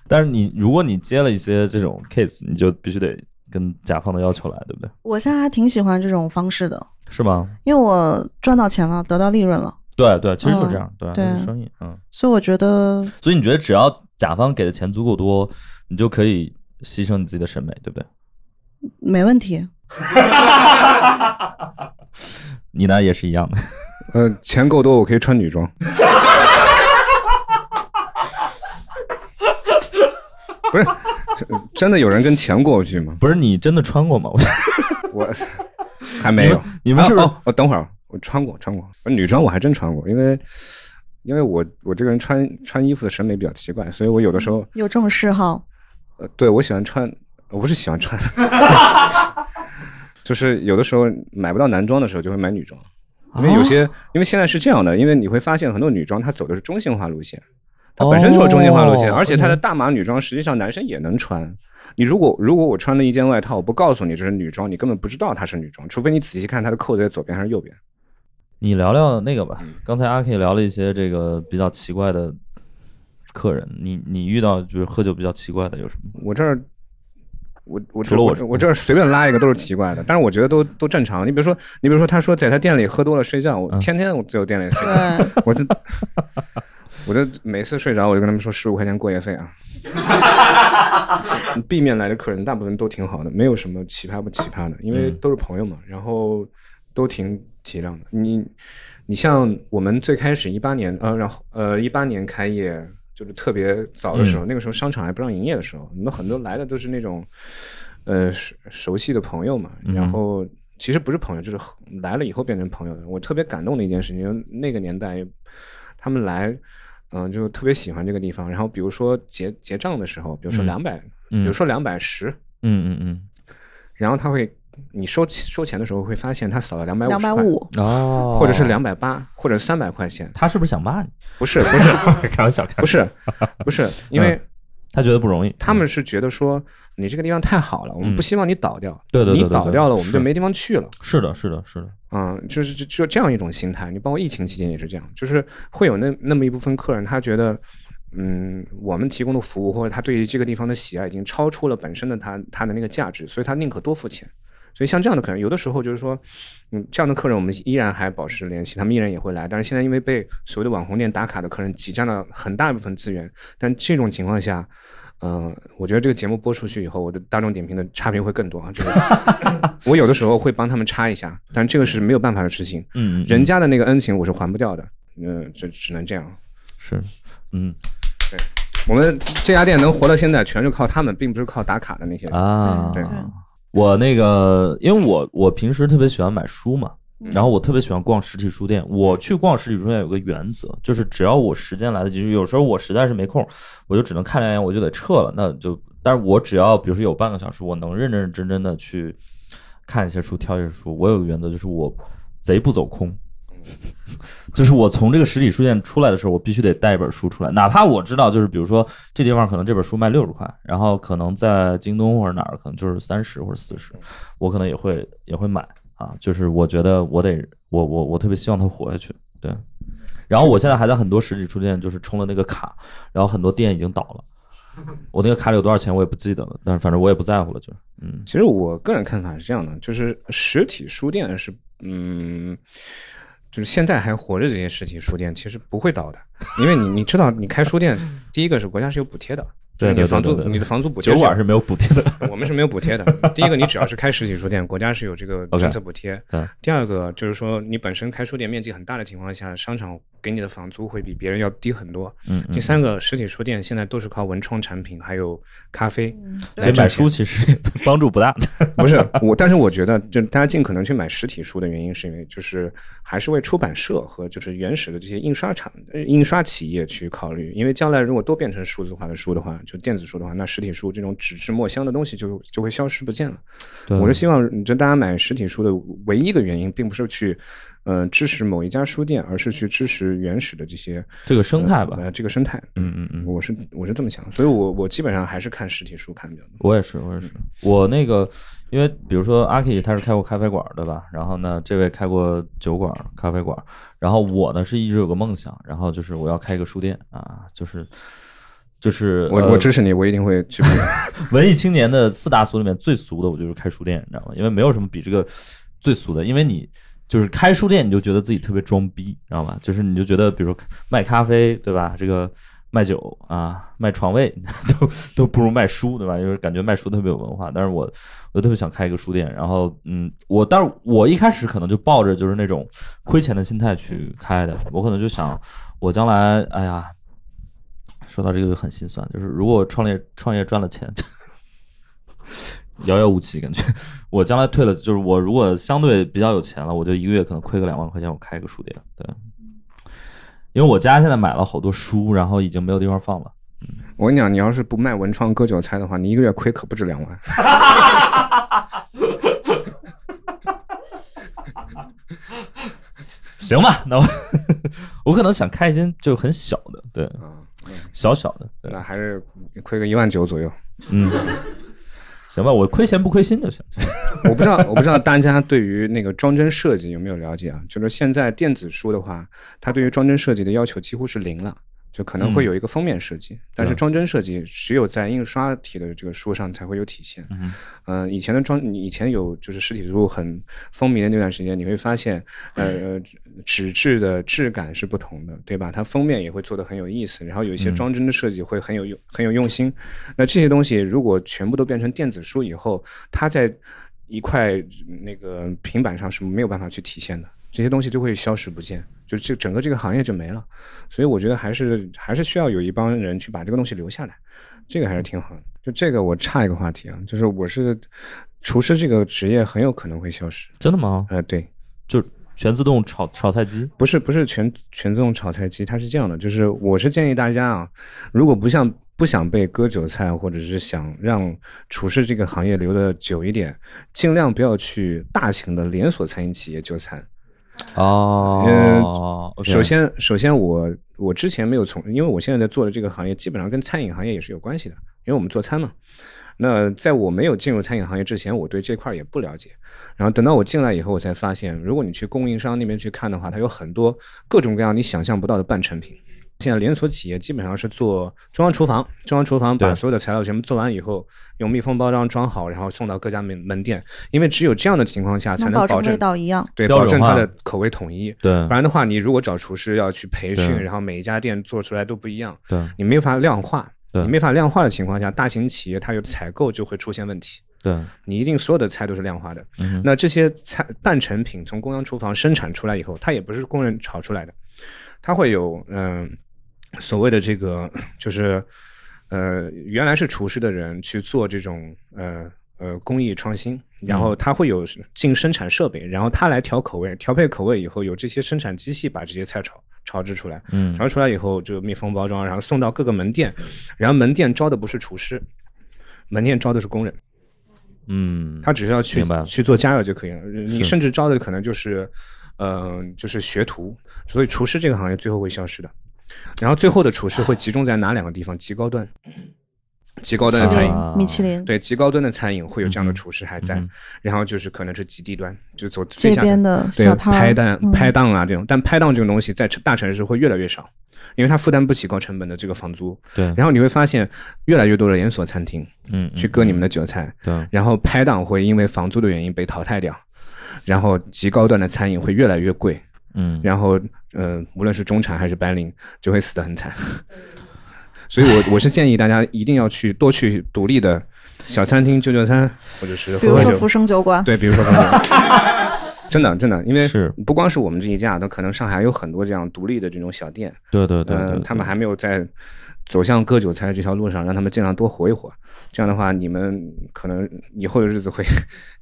但是你如果你接了一些这种 case，你就必须得跟甲方的要求来，对不对？我现在还挺喜欢这种方式的，是吗？因为我赚到钱了，得到利润了，对对，其实就是嗯这样，对，对这是生意，嗯。所以我觉得所以你觉得只要甲方给的钱足够多，你就可以牺牲你自己的审美，对不对？没问题。你呢也是一样的。 呃，钱够多，我可以穿女装。 不是，是真的有人跟钱过不去吗？不是你真的穿过吗？我我还没有。 你们是不是啊哦，我等会儿我穿过，穿过呃女装，我还真穿过，因为因为我我这个人穿穿衣服的审美比较奇怪，所以我有的时候有这种嗜好，呃，对我喜欢穿，我不是喜 欢穿，就是有的时候买不到男装的时候就会买女装，因啊为有些、因为现在是这样的，因为你会发现很多女装它走的是中性化路线，它本身就是中性化路线，哦而且它的大码女装实际上男生也能穿。你如果如果我穿了一件外套，我不告诉你这是女装，你根本不知道它是女装，除非你仔细看它的扣子在左边还是右边。你聊聊那个吧。嗯刚才阿 K 聊了一些这个比较奇怪的客人，你你遇到就是喝酒比较奇怪的有什么？我这儿，我我除了我我这我这儿随便拉一个都是奇怪的，但是我觉得都都正常。你比如说，你比如说，他说在他店里喝多了睡觉，我嗯天天我在我店里睡对觉，我这 我这每次睡着我就跟他们说十五块钱过夜费啊。B 面来的客人大部分都挺好的，没有什么奇葩不奇葩的，因为嗯都是朋友嘛，然后都挺体谅的。你你像我们最开始一八年，呃，然后呃一八年开业就是特别早的时候，嗯那个时候商场还不让营业的时候，你们很多来的都是那种呃熟熟悉的朋友嘛，然嗯后。其实不是朋友，就是来了以后变成朋友的。我特别感动的一件事情，就是那个年代他们来，嗯、就特别喜欢这个地方。然后比如说结结账的时候，比如说嗯两百、嗯比如说两百十，嗯嗯然后他会你收收钱的时候会发现他扫了两百两百五，五，嗯，哦，或者是两百八，或者三百块钱。他是不是想骂你？不是不是 开玩笑，开不玩笑，是不 是，因为嗯他觉得不容易。他们是觉得说你这个地方太好了，我嗯们不希望你倒掉，对对对对你倒对掉了我们是就没地方去了。是的，是的，是的，嗯，就是就就这样一种心态。你包括疫情期间也是这样，就是会有那那么一部分客人，他觉得，嗯，我们提供的服务或者他对于这个地方的喜爱已经超出了本身的他他的那个价值，所以他宁可多付钱。所以像这样的客人，有的时候就是说，嗯，这样的客人我们依然还保持联系，他们依然也会来。但是现在因为被所谓的网红店打卡的客人挤占了很大一部分资源，但这种情况下，嗯、我觉得这个节目播出去以后，我的大众点评的差评会更多啊。就是我有的时候会帮他们插一下，但这个是没有办法的事情，嗯，嗯人嗯家的那个恩情我是还不掉的，嗯、呃，这只能这样。是，嗯我们这家店能活到现在，全是靠他们，并不是靠打卡的那些人。啊，对对我那个，因为我我平时特别喜欢买书嘛，然后我特别喜欢逛实体书店。我去逛实体书店有个原则，就是只要我时间来得及，就是有时候我实在是没空，我就只能看两眼我就得撤了。那就，但是我只要比如说有半个小时，我能认认真真的去看一些书，挑一些书。我有个原则，就是我贼不走空。就是我从这个实体书店出来的时候，我必须得带一本书出来，哪怕我知道，就是比如说这地方可能这本书卖六十块，然后可能在京东或者哪儿可能就是三十或者四十，我可能也会也会买啊。就是我觉得我得我我我特别希望它活下去，对。然后我现在还在很多实体书店就是充了那个卡，然后很多店已经倒了，我那个卡里有多少钱我也不记得了，但是反正我也不在乎了，就是嗯其实我个人看法是这样的，就是实体书店是，嗯，就是现在还活着这些实体书店其实不会倒的，因为你你知道，你开 书店，第一个是国家是有补贴的，就是对你对的房租对对对你的房租补贴酒是有馆是没有补贴的， 我们是没有补贴 的。第一个，你只要是开实体书店，国家是有这个 OK 政策补贴嗯。第二个就是说，你本身开书店面积很大的情况下，商场给你的房租会比别人要低很多。嗯，嗯 第三个，实体书店现在都是靠文创产品还有咖啡所来以买赚钱。书其实也帮助不大。 不是我，但是我觉得，就大家尽可能去买实体书的原因，是因为就是还是为出版社和就是原始的这些印刷厂、呃印刷企业去考虑，因为将来如果都变成数字化的书的话，就电子书的话，那实体书这种纸质墨香的东西就就会消失不见了。对我是希望，就大家买实体书的唯一一个原因，并不是去，呃，支持某一家书店，而是去支持原始的这些这个生态吧，呃，这个生态。嗯嗯嗯，我是我是这么想，所以我我基本上还是看实体书看比较多。我也是，我也是。我那个，因为比如说阿 K 他是开过咖啡馆儿，对吧？然后呢，这位开过酒馆儿、咖啡馆儿。然后我呢是一直有个梦想，然后就是我要开一个书店啊，就是就是我呃我支持你，我一定会去。 文艺青年的四大俗里面最俗的，我就是开书店，你知道吗？因为没有什么比这个最俗的，因为你就是开书店，你就觉得自己特别装逼，你知道吗？就是你就觉得，比如说卖咖啡，对吧？这个卖酒啊，卖床位 都都不如卖书，对吧？就是感觉卖书特别有文化。但是我我特别想开一个书店，然后嗯，我但是我一开始可能就抱着就是那种亏钱的心态去开的，我可能就想我将来，哎呀。说到这个就很心酸，就是如果我创业创业赚了钱，遥遥无期，感觉 我将来退了，就是我如果相对比较有钱了，我就一个月可能亏个两万块钱，我开一个书店，对，因为我家现在买了好多书，然后已经没有地方放了。我跟你讲，你要是不卖文创割韭菜的话，你一个月亏可不止两万。行 吧，那我我可能想开一间就很小的，对，啊，小小的， 对，那还是亏个一万九左右。嗯，行吧，我亏钱不亏心就行。我不知道，我不知道大家对于那个装帧设计有没有了解啊？就是现在电子书的话，它对于装帧设计的要求几乎是零了，就可能会嗯有一个封面设计，但是装帧设计只有在印刷体的这个书上才会有体现。嗯呃，以前的装，以前有就是实体书很风靡的那段时间，你会发现，呃呃，纸质的质感是不同的，对吧？它封面也会做得很有意思，然后有一些嗯装帧的设计会很有用、很有用心。那这些东西如果全部都变成电子书以后，它在一块嗯那个平板上是没有办法去体现的，这些东西就会消失不见，就这整个这个行业就没了。所以我觉得还是还是需要有一帮人去把这个东西留下来，这个还是挺好的。就这个我差一个话题啊，就是我是厨师这个职业很有可能会消失。真的吗？呃，对，就全自动炒炒菜机？不是不是全全自动炒菜机，它是这样的，就是我是建议大家啊，如果不像不想被割韭菜，或者是想让厨师这个行业留的久一点，尽量不要去大型的连锁餐饮企业就餐。哦，首先，首先我我之前没有从，因为我现在在做的这个行业，基本上跟餐饮行业也是有关系的，因为我们做餐嘛。那在我没有进入餐饮行业之前，我对这块儿也不了解。然后等到我进来以后，我才发现，如果你去供应商那边去看的话，它有很多各种各样你想象不到的半成品。现在连锁企业基本上是做中央厨房，中央厨房把对所有的材料全部做完以后，用密封包装装好，然后送到各家门门店。因为只有这样的情况下，才能能保证保证味道一样。对标保准证化它的口味统一。对不然的话，你如果找厨师要去培训，嗯对然后每一家店做出来都不一样，对你没法量化。对你没法量化的情况下，大型企业它有采购就会出现问题。对，你一定所有的菜都是量化的。嗯哼那这些菜半成品从工商厨房生产出来以后，它也不是工人炒出来的，它会有嗯、所谓的这个就是呃原来是厨师的人去做这种呃呃工艺创新，然嗯后他会有进生产设备，然后他来调口味，调配口味以后有这些生产机器把这些菜炒炒制出来，嗯然后出来以后就密封包装，然后送到各个门店，然后门店招的不是厨师，门店招的是工人，嗯，他只是要去明白去做加热就可以了。你是甚至招的可能就是，呃，就是学徒，所以厨师这个行业最后会消失的。然后最后的厨师会集中在哪两个地方？极高端，极高端米的其餐饮。啊林，米其林对极高端的餐饮会有这样的嗯哼厨师还在，嗯哼然后就是可能是极地端，就走最这下层边的对小摊儿拍档、嗯拍档啊这种，但拍档这种东西在大城市会越来越少，因为它负担不起高成本的这个房租。对，然后你会发现，越来越多的连锁餐厅嗯去割你们的韭菜，对然后拍档会因为房租的原因被淘汰掉，然后极高端的餐饮会越来越贵，嗯然后呃，无论是中产还是白领，就会死得很惨。 所以我，我是建议大家一定要去多去独立的小餐厅就就餐，或者是比喝如喝说福酒，生酒馆，对，比如说喝 酒。真的，真的，因为是不光是我们这一家，那可能上海有很多这样独立的这种小店，对对对呃对，他们还没有在走向割韭菜这条路上，让他们尽量多活一活。这样的话，你们可能以后的日子会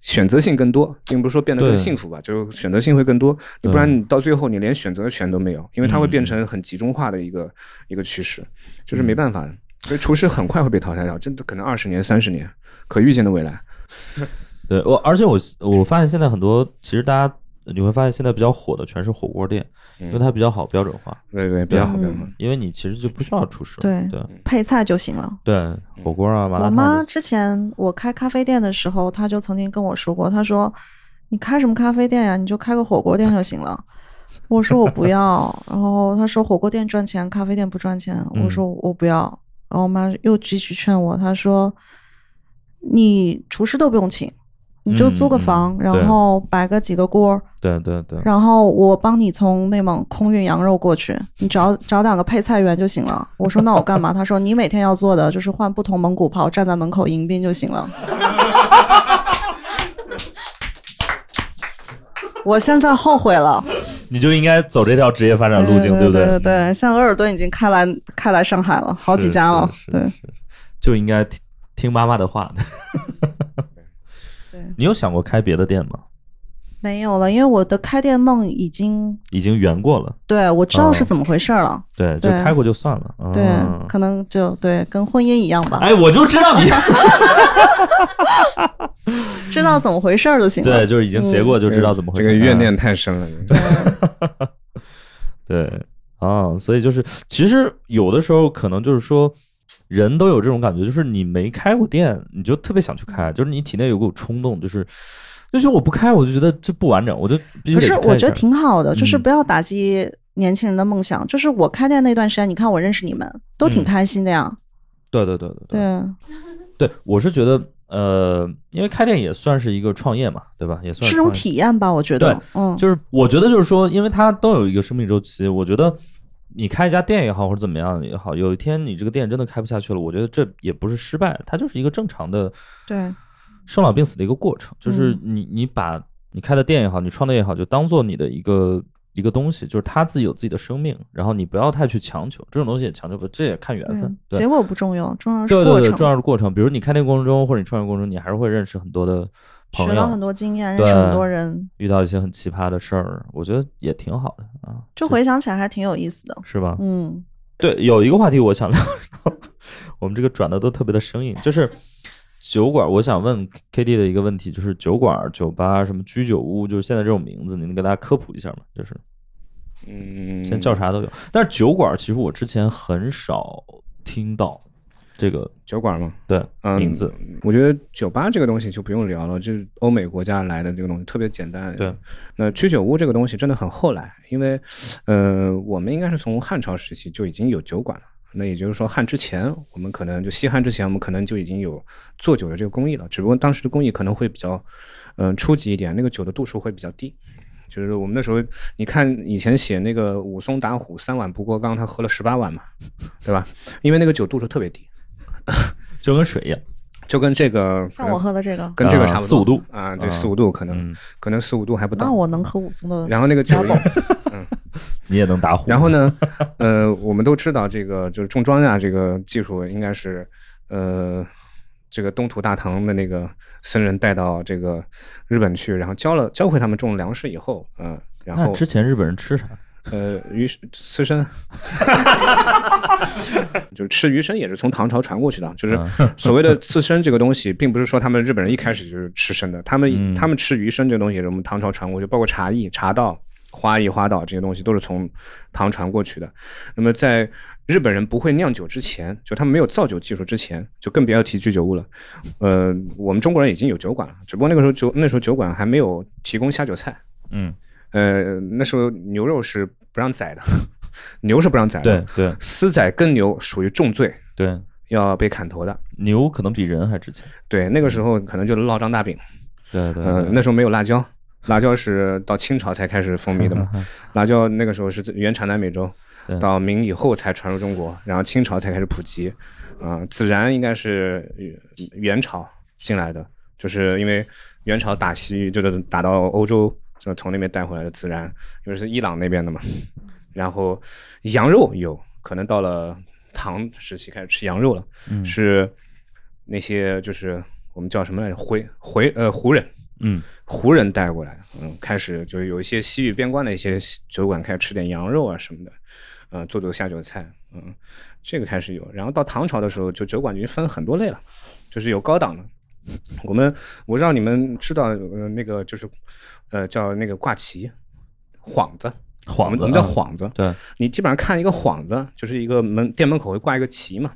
选择性更多，并不是说变得更对幸福吧，就是选择性会更多。对要不然你到最后你连选择权都没有，因为它会嗯嗯变成很集中化的一个、一个趋势，就是没办法的。所以厨师很快会被淘汰掉，真的可能二十年、三十年，可预见的未来。对我，而且我我发现现在很多，其实大家你会发现现在比较火的全是火锅店，嗯因为它嗯比较好标准化，对对，比较好，比较好。因为你其实就不需要厨师。对对嗯配菜就行了。对，火锅啊，麻辣我烫妈都。之前我开咖啡店的时候，她就曾经跟我说过，她说：“你开什么咖啡店呀？你就开个火锅店就行了。”我说我不要，然后她说火锅店赚钱，咖啡店不赚钱。嗯我说我不要，然后我妈又继续劝我，她说：“你厨师都不用请，你就租个嗯嗯房，嗯对然后摆个几个锅儿，对对对，然后我帮你从内蒙空运羊肉过去，你找找两个配菜员就行了。我说那我干嘛？他说你每天要做的就是换不同蒙古袍，站在门口迎宾就行了。我现在后悔了，你就应该走这条职业发展路径，对不嗯对对，现在鄂尔多已经开来开来上海了，好几家了。是是对是，是就应该听听妈妈的 话。对你有想过开别的店吗？没有了，因为我的开店梦已经已经圆过了，对我知道是哦怎么回事儿了。对，就对开过就算了。嗯对，可能就对跟婚姻一样吧，哎，我就知道 你知道怎么回事儿就行了。对，就是已经结过就知道怎么回这事。个怨念嗯太深了。你对啊，所以就是其实有的时候可能就是说。人都有这种感觉，就是你没开过店，你就特别想去开，就是你体内有股冲动，就是，就是我不开，我就觉得这不完整，我就必须得可是开我一觉得下挺好的，就是嗯不要打击年轻人的梦想。就是我开店那段时间，你看我认识你们，都嗯挺开心的呀。对对对对对，对，对，我是觉得，呃，因为开店也算是一个创业嘛，对吧？也算是种创业体验吧，我觉得对。嗯，就是我觉得就是说，因为它都有一个生命周期，我觉得你开一家店也好，或者怎么样也好，有一天你这个店真的开不下去了，我觉得这也不是失败，它就是一个正常的对生老病死的一个过程，就是嗯你你把你开的店也好，你创的也好，就当做你的一个一个东西，就是它自己有自己的生命，然后你不要太去强求，这种东西也强求不，这也看缘分，对对，结果不重要，重要是对过对对，程。重要的过程，比如你开店过程中或者你创业过程中，你还是会认识很多的朋学到很友，多经验，认识对很多人，遇到一些很奇葩的事儿，我觉得也挺好的啊，就回想起来还挺有意思的。是吧？嗯，对，有一个话题我想聊， 我们这个转的都特别的生硬，就是酒馆。我想问 K D 的一个问题，就是酒馆、酒吧、什么居酒屋，就是现在这种名字，你能给大家科普一下吗？就是嗯，现在叫啥都有，但是酒馆其实我之前很少听到这个酒馆吗？对嗯名字，我觉得酒吧这个东西就不用聊了，就是欧美国家来的这个东西特别简单。对，那居酒屋这个东西真的很后来，因为，呃，我们应该是从汉朝时期就已经有酒馆了。那也就是说，汉之前我们可能就西汉之前，我们可能就已经有做酒的这个工艺了，只不过当时的工艺可能会比较，嗯、初级一点，那个酒的度数会比较低。就是我们那时候，你看以前写那个武松打虎三碗不过冈，他喝了十八碗嘛，对吧？因为那个酒度数特别低，就跟水一样。就跟这个像我喝的这个，跟这个差不啊多， 4-5度啊，啊对，四五度可能、嗯可能四五度还不那到。我能喝武松的。然后那个酒，你也能打虎， 然后呢，呃，我们都知道这个就是种庄啊稼这个技术应该是，呃，这个东土大唐的那个僧人带到这个日本去，然后教了教会他们种粮食以后，嗯、然那后之前日本人吃啥？呃，鱼刺身，就是吃鱼生也是从唐朝传过去的。就是嗯 所谓的刺身这个东西，并不是说他们日本人一开始就是吃生的，他们、嗯他们吃鱼生这个东西也是我们唐朝传过去，包括茶艺、茶道、花艺、花道这些东西都是从唐传过去的。那么在日本人不会酿酒之前，就他们没有造酒技术之前，就更不要提居酒屋了。呃，我们中国人已经有酒馆了，只不过那个时候酒那时候酒馆还没有提供下酒菜。嗯，呃，那时候牛肉是不让宰的，牛是不让宰的。对，对私宰耕牛属于重罪，对，要被砍头的。牛可能比人还值钱。对，那个时候可能就烙张大饼，对对，呃，对那时候没有辣椒，辣椒是到清朝才开始风靡的嘛。辣椒那个时候是原产南美洲对，到明以后才传入中国，然后清朝才开始普及。啊、孜然应该是呃元朝进来的，就是因为元朝打西，就是打到欧洲，就从那边带回来的孜然，因为是伊朗那边的嘛。然后羊肉有可能到了唐时期开始吃羊肉了，嗯是那些就是我们叫什么来着？回回呃胡人，嗯，胡人带过来的，嗯，开始就是有一些西域边关的一些酒馆开始吃点羊肉啊什么的，嗯、做做下酒菜，嗯，这个开始有。然后到唐朝的时候，就酒馆已经分很多类了，就是有高档的。我们我让你们知道，呃，那个就是，呃，叫那个挂旗，幌子，我幌们子我们叫啊幌子。对，你基本上看一个幌子，就是一个门店门口会挂一个旗嘛，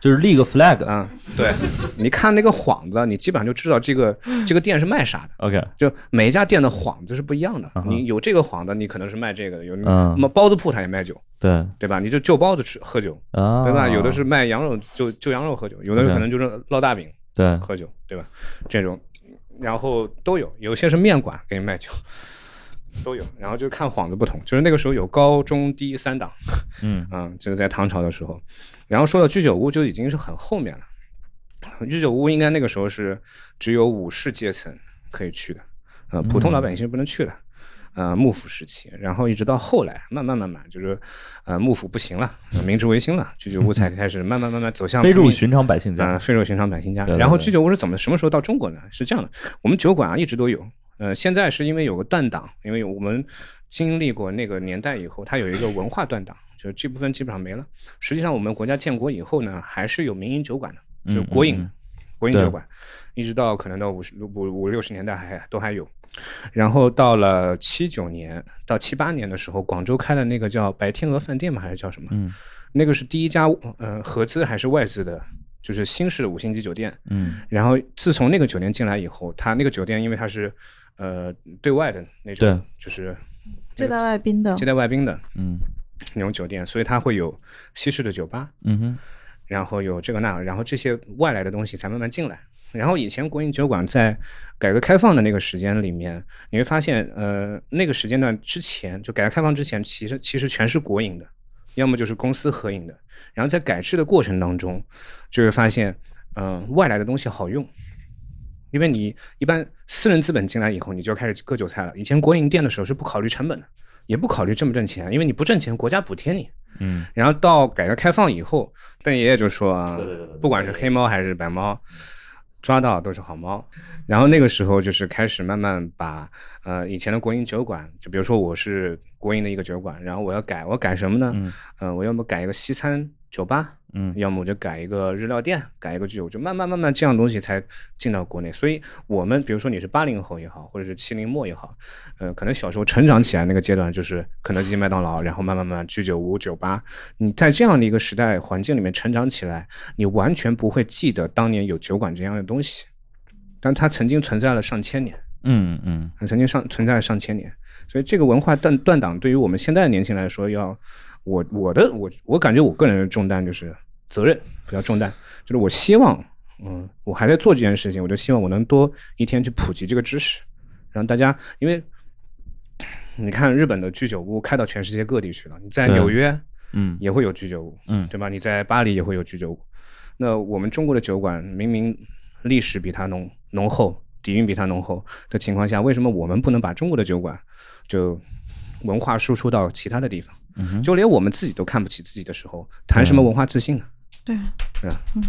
就是立个 flag。嗯，对，你看那个幌子，你基本上就知道这个这个店是卖啥的。 OK，就每一家店的幌子是不一样的嗯，哼你有这个幌子，你可能是卖这个的；有嗯那么包子铺他也卖酒，对对吧？你就就包子吃喝酒，啊，对吧？有的是卖羊肉就就羊肉喝酒，有的 OK 可能就是烙大饼对喝酒，对吧？这种，然后都有，有些是面馆给你卖酒，都有。然后就看幌子不同，就是那个时候有高中低三档，嗯嗯，就是在唐朝的时候。然后说到居酒屋，就已经是很后面了。居酒屋应该那个时候是只有武士阶层可以去的，呃，普嗯通老百姓不能去的。呃，幕府时期，然后一直到后来，慢慢慢慢就是，呃，幕府不行了，明治维新了，居酒屋才开始慢慢慢慢走向非入平民寻常百姓啊，家，非洲寻常百姓家。对对然后对居酒屋是怎么什么时候到中国呢？是这样的，我们酒馆啊一直都有，呃，现在是因为有个断档，因为我们经历过那个年代以后，它有一个文化断档，就是这部分基本上没了。实际上，我们国家建国以后呢，还是有民营酒馆的，就是嗯国营、嗯嗯国营对酒馆，一直到可能到五十五五六十年代还都还有。然后到了七九年到七八年的时候，广州开了那个叫白天鹅饭店嘛，还是叫什么？嗯那个是第一家呃合资还是外资的，就是新式的五星级酒店。嗯然后自从那个酒店进来以后，它那个酒店因为它是呃对外的那对种，就是接待外宾的接待外宾的嗯那种酒店，所以它会有西式的酒吧，嗯哼然后有这个那，然后这些外来的东西才慢慢进来。然后以前国营酒馆在改革开放的那个时间里面，你会发现，呃，那个时间段之前，就改革开放之前，其实其实全是国营的，要么就是公司合营的。然后在改制的过程当中，就会发现，嗯、外来的东西好用，因为你一般私人资本进来以后，你就开始割韭菜了。以前国营店的时候是不考虑成本的，也不考虑挣不挣钱，因为你不挣钱，国家补贴你。嗯然后到改革开放以后，邓爷爷就说啊对对对对对，不管是黑猫还是白猫，抓到都是好猫。然后那个时候就是开始慢慢把呃以前的国营酒馆，就比如说我是国营的一个酒馆，然后我要改，我改什么呢？嗯呃，我要么改一个西餐酒吧，嗯要么我就改一个日料店，改一个居酒屋，就慢慢慢慢这样东西才进到国内。所以我们比如说你是八零后也好，或者是七零末也好，呃，可能小时候成长起来那个阶段就是肯德基、麦当劳，然后慢慢慢慢居酒屋、酒吧，你在这样的一个时代环境里面成长起来，你完全不会记得当年有酒馆这样的东西，但它曾经存在了上千年。呃嗯嗯曾经上存在上千年，所以这个文化断断档对于我们现在的年轻人来说要，我我的我我感觉我个人的重担就是责任比较重担，就是我希望，嗯，我还在做这件事情，我就希望我能多一天去普及这个知识，让大家，因为你看日本的居酒屋开到全世界各地去了，你在对纽约嗯也会有居酒屋，嗯对吧？你在巴黎也会有居酒屋。那我们中国的酒馆明明历史比它浓浓厚，底蕴比它浓厚的情况下，为什么我们不能把中国的酒馆就文化输出到其他的地方？嗯哼就连我们自己都看不起自己的时候，谈什么文化自嗯信呢？对，对吧？嗯，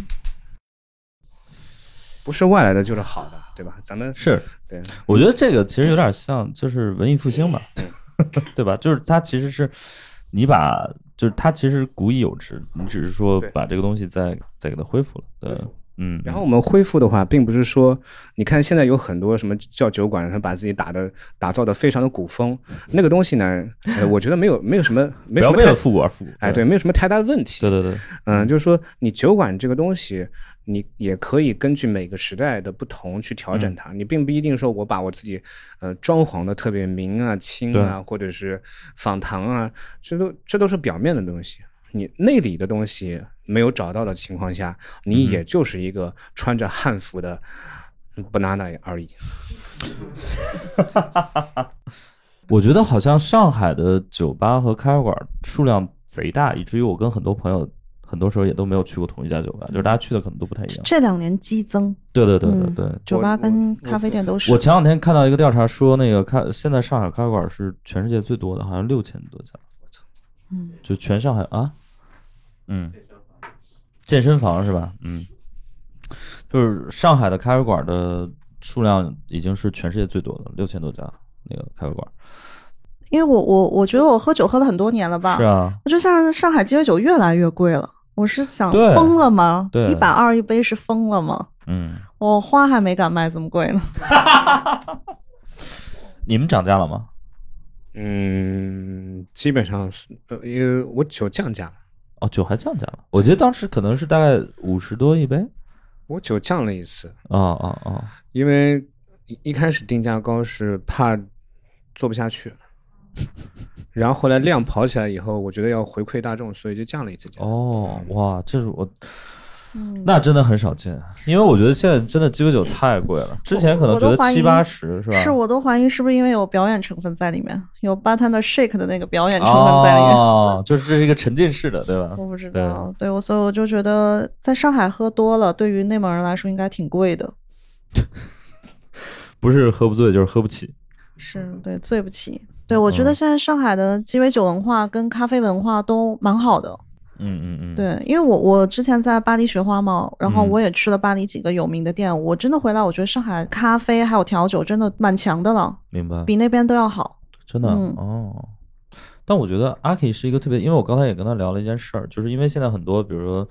不是外来的就是好的，对吧？咱们是，嗯对我觉得这个其实有点像，就是文艺复兴嘛，嗯 对吧？就是它其实是你把，就是它其实古已有之，你只是说对把这个东西再再给它恢复了，对恢复，嗯，然后我们恢复的话，并不是说，你看现在有很多什么叫酒馆，他把自己打的打造的非常的古风，那个东西呢，呃，我觉得没有没有什么不没要什么为太了复古而复古，哎对，没有什么太大的问题对。对对，嗯，就是说你酒馆这个东西，你也可以根据每个时代的不同去调整它。你并不一定说我把我自己呃装潢的特别明啊、清啊，或者是仿唐啊，这都这都是表面的东西。你内里的东西没有找到的情况下，你也就是一个穿着汉服的 banana 而已。我觉得好像上海的酒吧和咖啡馆数量贼大，以至于我跟很多朋友很多时候也都没有去过同一家酒吧，就是大家去的可能都不太一样。这两年激增，对对对对嗯对。酒吧跟我咖啡店都是我。前两天看到一个调查说，那个咖现在上海咖啡馆是全世界最多的，好像六千多家，嗯，就全上海啊，嗯，健身房是吧？嗯，就是上海的咖啡馆的数量已经是全世界最多的，六千多家那个咖啡馆。因为我我我觉得我喝酒喝了很多年了吧，是啊，我就像上海鸡尾酒越来越贵了，我是想对疯了吗？对一百二一杯是疯了吗？嗯，我花还没敢卖这么贵呢。你们涨价了吗？嗯，基本上是呃，因为我酒降价了，哦，酒还降价了，我记得当时可能是大概五十多一杯。我酒降了一次。哦哦哦，因为一一开始定价高是怕做不下去，然后后来量跑起来以后，我觉得要回馈大众，所以就降了一次价。哦，哇，这是我嗯，那真的很少见，因为我觉得现在真的鸡尾酒太贵了，之前可能觉我得都怀疑七八十是吧？是我都怀疑是不是因为有表演成分在里面，有 bartender shake 的那个表演成分在里面，哦，就是这是一个沉浸式的，对吧？我不知道。对我，所以我就觉得在上海喝多了，对于内蒙人来说应该挺贵的。不是喝不醉就是喝不起。是对，醉不起。对，嗯我觉得现在上海的鸡尾酒文化跟咖啡文化都蛮好的。嗯嗯嗯，，对，因为我我之前在巴黎学花嘛，然后嗯我也去了巴黎几个有名的店，我真的回来，我觉得上海咖啡还有调酒真的蛮强的了，明白。比那边都要好。真的、嗯哦。但我觉得阿 K 是一个特别，因为我刚才也跟他聊了一件事儿，就是因为现在很多，比如说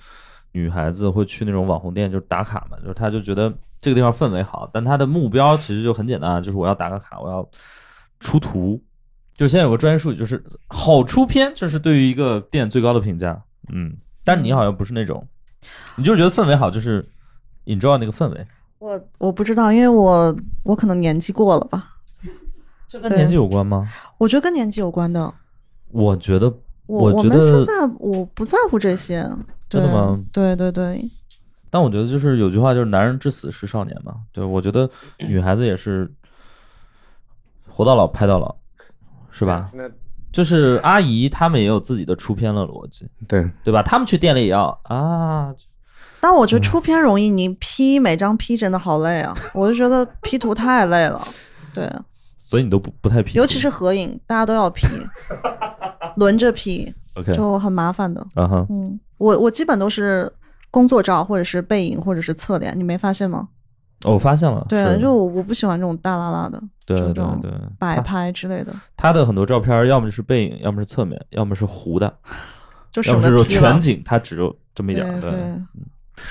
女孩子会去那种网红店，就是打卡嘛，就是她就觉得这个地方氛围好，但她的目标其实就很简单，啊就是我要打个卡，我要出图。就现在有个专业术语，就是好出片，就是对于一个店最高的评价。嗯，但是你好像不是那种，你就是觉得氛围好，就是 enjoy 那个氛围，我我不知道，因为我我可能年纪过了吧，这跟对年纪有关吗？我觉得跟年纪有关的。我觉得，我觉们现得在我不在乎这些，真对的吗对对对，但我觉得就是有句话就是“男人至死是少年”嘛，对我觉得女孩子也是活到老拍到老，是是吧？？就是阿姨她们也有自己的出片的逻辑，对，对吧？她们去店里也要啊，但我觉得出片容易，你 P 每张 P 真的好累啊！我就觉得 P 图太累了， 对，所以你都不不太批评，尤其是合影，大家都要 P，轮着 P OK 就很麻烦的。啊哈，嗯，我我基本都是工作照，或者是背影，或者是侧脸，你没发现吗？哦我发现了，对，啊是就我我不喜欢这种大拉拉的对这对种对，啊摆她拍之类的，她的很多照片要么是背影，要么是侧面，要么是糊的，就要省么得是说 P 了全。景，她只有这么一对点儿，对，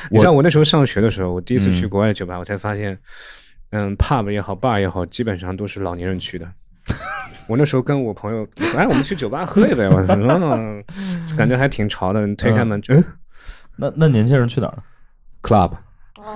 你知道我那时候上学的时候，我第一次去嗯国外的酒吧，我才发现，嗯，pub 也好，bar 也好，基本上都是老年人去的。我那时候跟我朋友，我说哎，我们去酒吧喝一杯吧，我说嗯，感觉还挺潮的。推开门，嗯那那年轻人去哪儿了，club，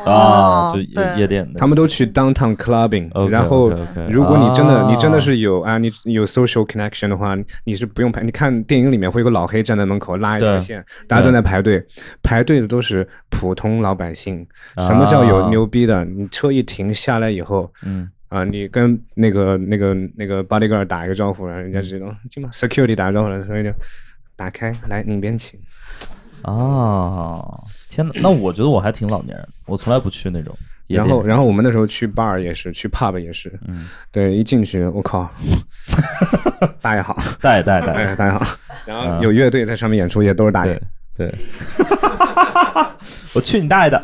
啊？就夜哦对夜店的，他们都去 downtown clubbing， OK，OK，OK 然后 OK，OK，如果你真的啊你真的是有啊，你有 social connection 的话，你是不用排。你看电影里面会有个老黑站在门口拉一条对线，大家都在排队，排队的都是普通老百姓。什么叫啊有牛逼的？你车一停下来以后。嗯，啊，你跟那个那个那个 bodyguard 打一个招呼，然后人家直接嗯哦进吧，security 打个招呼了，所以就打开来里边请。啊，天哪！那我觉得我还挺老年人，我从来不去那种 夜然店。后然后我们那时候去 bar 也是，去 pub 也是，嗯，对，一进去我 靠，大爷好，带带带，哎，大家好。 然后有乐队在上面演出，也都是大对爷。对，我去你大爷的！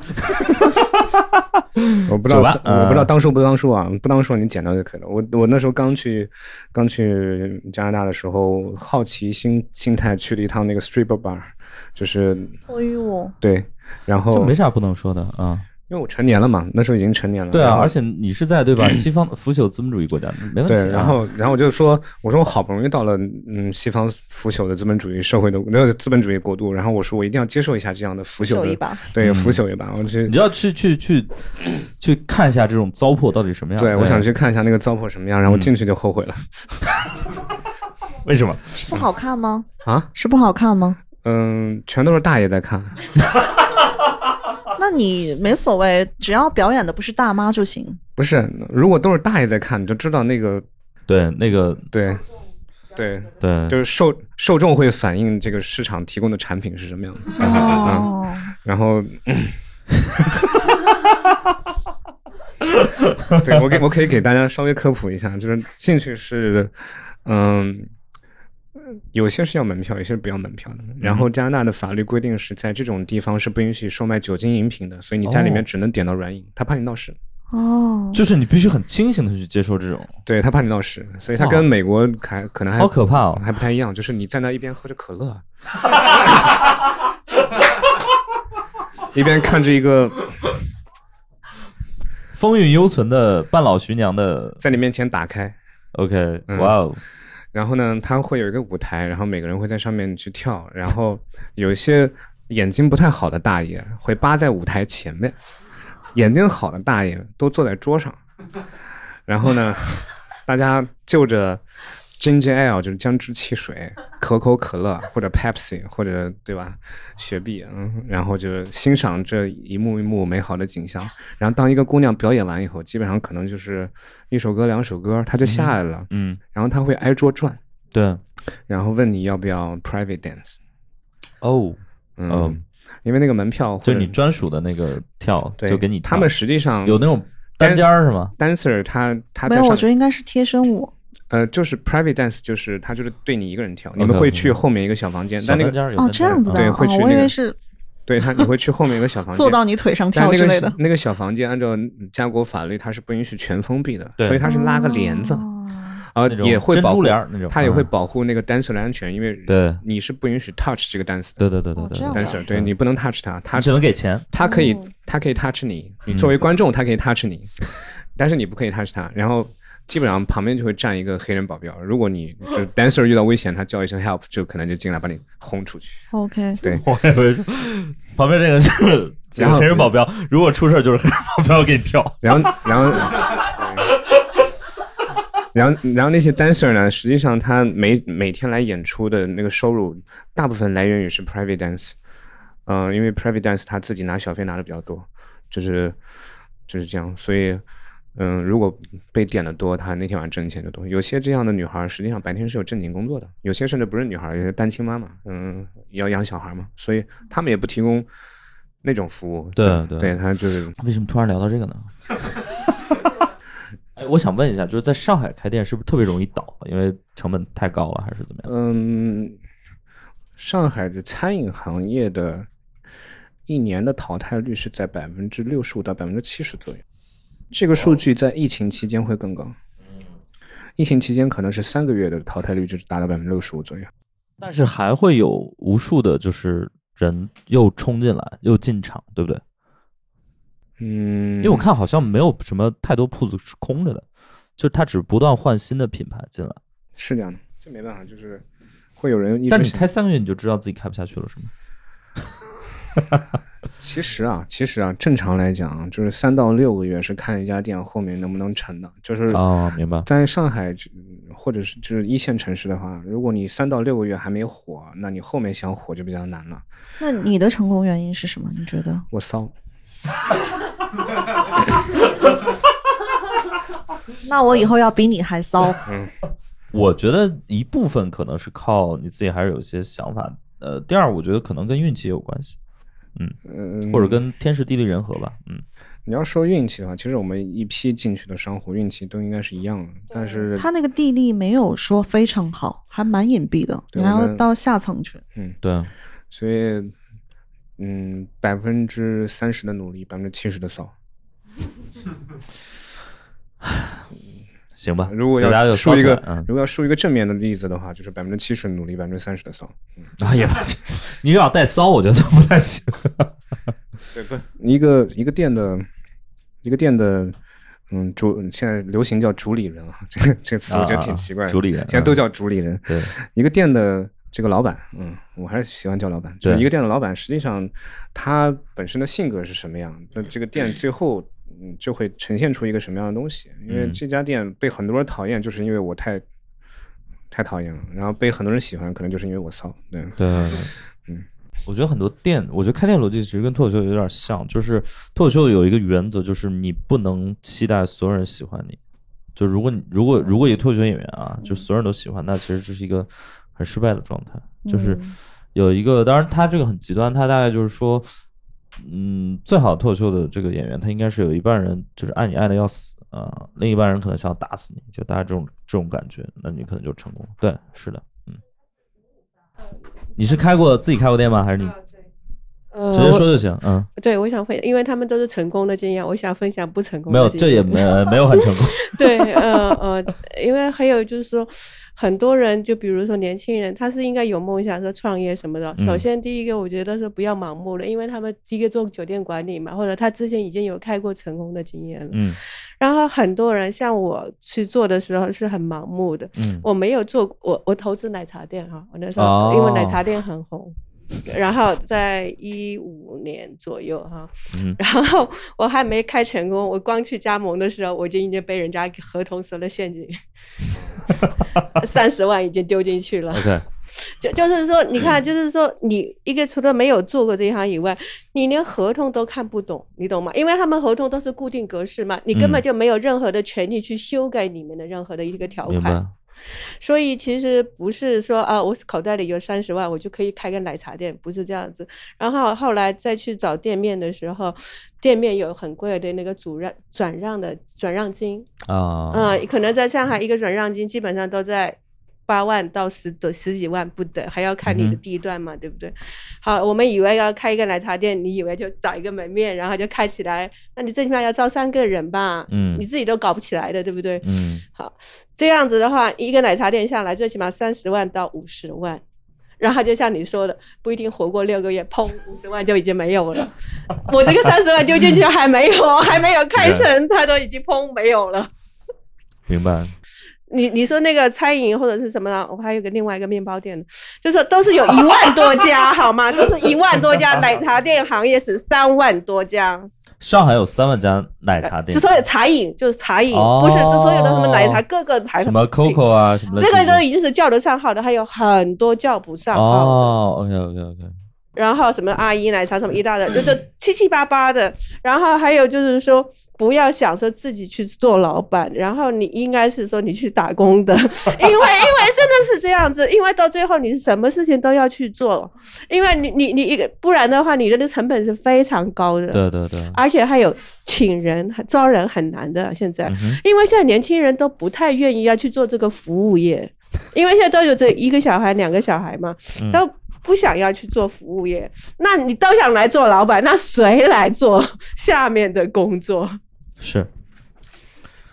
我不知道，酒吧我嗯不知道当数不当数啊，不当数你捡到就可以了。我我那时候刚去刚去加拿大的时候，好奇心心态去了一趟那个 strip bar，就是哎呦，对，然后这没因啥不能说的啊。为我成年了嘛，那时候已经成年了。对然啊，后而且你是在对吧？西方腐朽资本主义国家，没问题啊。嗯对，然后然后我就说，我说我好不容易到了嗯西方腐朽的资本主义社会的那个资本主义国度，然后我说我一定要接受一下这样的腐朽秀一的， 把。对，腐朽一把，我去嗯你就要去去去去看一下这种糟粕到底什么样。对，我想去看一下那个糟粕什么样，然后进去就后悔了、为什么？不好看吗？啊。是不好看吗？嗯，全都是大爷在看，那你没所谓，只要表演的不是大妈就行。不是？如果都是大爷在看，你就知道那个对，那个对，对，对，就是受受众会反映这个市场提供的产品是什么样的。哦，然后， 对我给我可以给大家稍微科普一下，就是进去是，嗯。有些是要门票，有些是不要门票的。然嗯后加拿大的法律规定是在这种地方是不允许售卖酒精饮品的，所以你在里哦面只能点到软饮，他怕你闹事。哦，就是你必须很清醒的去接受这种，对他怕你闹事，所以他哇跟美国还可能还哦好可怕哦！还不太一样，就是你站在一边喝着可 乐，一边看着一个风韵犹存的半老徐娘的在你面前打开， OK，嗯哇哦，然后呢，它会有一个舞台，然后每个人会在上面去跳，然后有一些眼睛不太好的大爷会扒在舞台前面，眼睛好的大爷都坐在桌上，然后呢，大家就着 Ginger Ale 就是姜汁汽水，可口可乐或者 Pepsi 或者对吧，雪碧，嗯，然后就欣赏这一幕一幕美好的景象。然后当一个姑娘表演完以后，基本上可能就是一首歌两首歌，她就下来了，嗯，然后她会挨桌转，对，然后问你要不要 private dance，哦，嗯，嗯因为那个门票或就者是你专属的那个跳，对就给你跳。他们实际上有那种单间儿是吗？ dancer 他他没在有，我上觉得应该是贴身舞。呃，就是 private dance，就是他就是对你一个人跳，你们 OK，会 OK 去后面一个小房间，小但那单个间儿有哦，单这间儿样子的啊对啊，会去我以那个为是对他你会去后面一个小房间，坐到你腿上但跳那之个类小的。那个小房间按照加国法律，它是不允许全封闭的，对所以它是拉个帘子，哦呃，那种也会珍保珠护帘，儿那种，它也会嗯保护那个 dancer 的安全，因为对你是不允许 touch 这个 dancer 的对对对对哦对这对样对，的 dancer，对你不能 touch 他，他你只能给钱，他可以哦他可以 touch 你，你作为观众他可以 touch 你，但是你不可以 touch 他，然后。基本上旁边就会站一个黑人保镖，如果你就是 dancer 遇到危险，他叫一声 help，就可能就进来把你轰出去。 OK，我以为是旁边这个就是这个黑人保镖，如果出事儿就是黑人保镖给你跳。然后，然后，然后，然后那些 dancer 呢，实际上他每每天来演出的那个收入，大部分来源于是 private dance，嗯、因为 private dance 他自己拿小费拿的比较多，就是就是这样，所以。嗯，如果被点的多，他那天晚上挣的钱就多。有些这样的女孩，实际上白天是有正经工作的，有些甚至不是女孩，有些单亲妈妈，嗯，要养小孩嘛，所以他们也不提供那种服务。对对，对他就是为什么突然聊到这个呢？ 哎，我想问一下，就是在上海开店是不是特别容易倒？啊因为成本太高了，还是怎么样？嗯，上海的餐饮行业的一年的淘汰率是在百分之六十五到百分之七十左右，这个数据在疫情期间会更高。疫情期间可能是三个月的淘汰率就是达到百分之六十五左右。但是还会有无数的，就是人又冲进来，又进场，对不对？嗯，因为我看好像没有什么太多铺子是空着的，就它只不断换新的品牌进来。是这样的，这没办法，就是会有人一直但你想开三个月你就知道自己开不下去了，是吗？其实啊，其实啊，正常来讲啊，就是三到六个月是看一家店后面能不能成的，就是哦，明白。在上海这或者是就是一线城市的话，如果你三到六个月还没火，那你后面想火就比较难了。那你的成功原因是什么？你觉得？我骚，那我以后要比你还骚。我觉得一部分可能是靠你自己还是有一些想法，呃，第二我觉得可能跟运气也有关系，嗯，或者跟天时地利人和吧，嗯，你要说运气的话，其实我们一批进去的商户运气都应该是一样的，但是嗯他那个地利没有说非常好，还蛮隐蔽的，对你还我要们到下层去。对，嗯所以嗯，百分之三十的努力，百分之七十的骚。行吧。如果所以大家要就说一起个来，嗯， 如果要说一个正面的例子的话，就是百分之七十努力，百分之三十的骚。哎呀， 你只要带骚，我觉得不太行。对，不，一个一个店的，一个店的，嗯，主现在流行叫主理人啊， 这个这个词我觉得挺奇怪啊的，主理人现在都叫主理人。对，一个店的这个老板，嗯，我还是喜欢叫老板。就是对一个店的老板，实际上他本身的性格是什么样，那这个店最后。嗯，就会呈现出一个什么样的东西？因为嗯这家店被很多人讨厌，就是因为我太太讨厌了；然后被很多人喜欢，可能就是因为我骚。对，对，嗯，我觉得很多店，我觉得开店逻辑其实跟脱口秀有点像，就是脱口秀有一个原则，就是你不能期待所有人喜欢你。就如果你如果如果一个脱口秀演员啊，就所有人都喜欢，那其实这是一个很失败的状态。就是嗯有一个，当然他这个很极端，他大概就是说，嗯，最好脱口秀的这个演员，他应该是有一半人就是爱你爱的要死啊、另一半人可能想要打死你，就大家这种这种感觉，那你可能就成功了。对，是的，嗯。你是开过自己开过店吗？还是你呃直接说就行？嗯，我对，我想分，因为他们都是成功的经验，我想分享不成功没的有，经验。这也没呃没有很成功。 对，呃呃，因为还有就是说，很多人就比如说年轻人，他是应该有梦想说创业什么的。首嗯先第一个，我觉得是不要盲目了，因为他们第一个做酒店管理嘛，或者他之前已经有开过成功的经验了。嗯然后很多人像我去做的时候是很盲目的，嗯，我没有做过，我我投资奶茶店哈，我那时候、哦因为奶茶店很红，然后在一五年左右哈，嗯然后我还 没开成功，我光去加盟的时候，我就已经被人家合同设了陷阱，三十万已经丢进去了。 OK，就就是说，你看，就是说，你一个除了没有做过这一行以外，你连合同都看不懂，你懂吗？因为他们合同都是固定格式嘛，你根嗯本就没有任何的权利去修改里面的任何的一个条明款。白。所以其实不是说啊，我口袋里有三十万，我就可以开个奶茶店，不是这样子。然后后来再去找店面的时候，店面有很贵的那个主让转让的转让金，啊，嗯、可能在上海一个转让金基本上都在八万到十的十几万不等，还要看你嗯的哼地段嘛，对不对？好，我们以为要开一个奶茶店，你以为就找一个门面，然后就开起来，那你最起码要招三个人吧，嗯你自己都搞不起来的，对不对？嗯，好，这样子的话，一个奶茶店下来最起码三十万到五十万，然后就像你说的，不一定活过六个月，砰，五十万就已经没有了。我这个三十万丢进去还没有，还没有开成，它都已经砰没有了。明白。你你说那个餐饮或者是什么呢？我还有个另外一个面包店，就是都是有一万多家，好吗？都是一万多家，奶茶店行业是三万多家，上海有三万家奶茶店，之所以茶饮就是茶饮，哦不是之所有的什么奶茶各个牌什么 COCO 啊，什么类这似个的都已经是叫得上号的，还有很多叫不上号的。哦，OK OK OK，然后什么阿姨奶茶什么一大的，就这七七八八的。然后还有就是说，不要想说自己去做老板，然后你应该是说你去打工 的，因为因为真的是这样子，因为到最后你是什么事情都要去做，因为你你你一个不然的话，你的那成本是非常高的。对对对，而且还有请人、招人很难的。现在嗯，哼因为现在年轻人都不太愿意要去做这个服务 业，因为现在都有这一个小孩、两个小孩嘛嗯，都不想要去做服务业。那你都想来做老板，那谁来做下面的 工作？是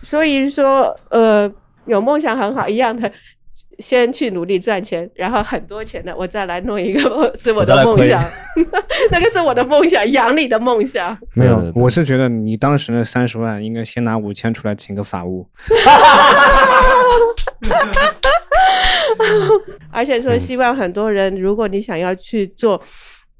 所以说，呃，有梦想很好，一样的。先去努力赚钱，然后很多钱了，我再来弄一个 是我我再来的梦亏想，那个是我的梦想，养你的梦想。没对有对，对我是觉得你当时那三十万应该先拿五千出来请个法务，而且嗯说希望很多人，如果你想要去做。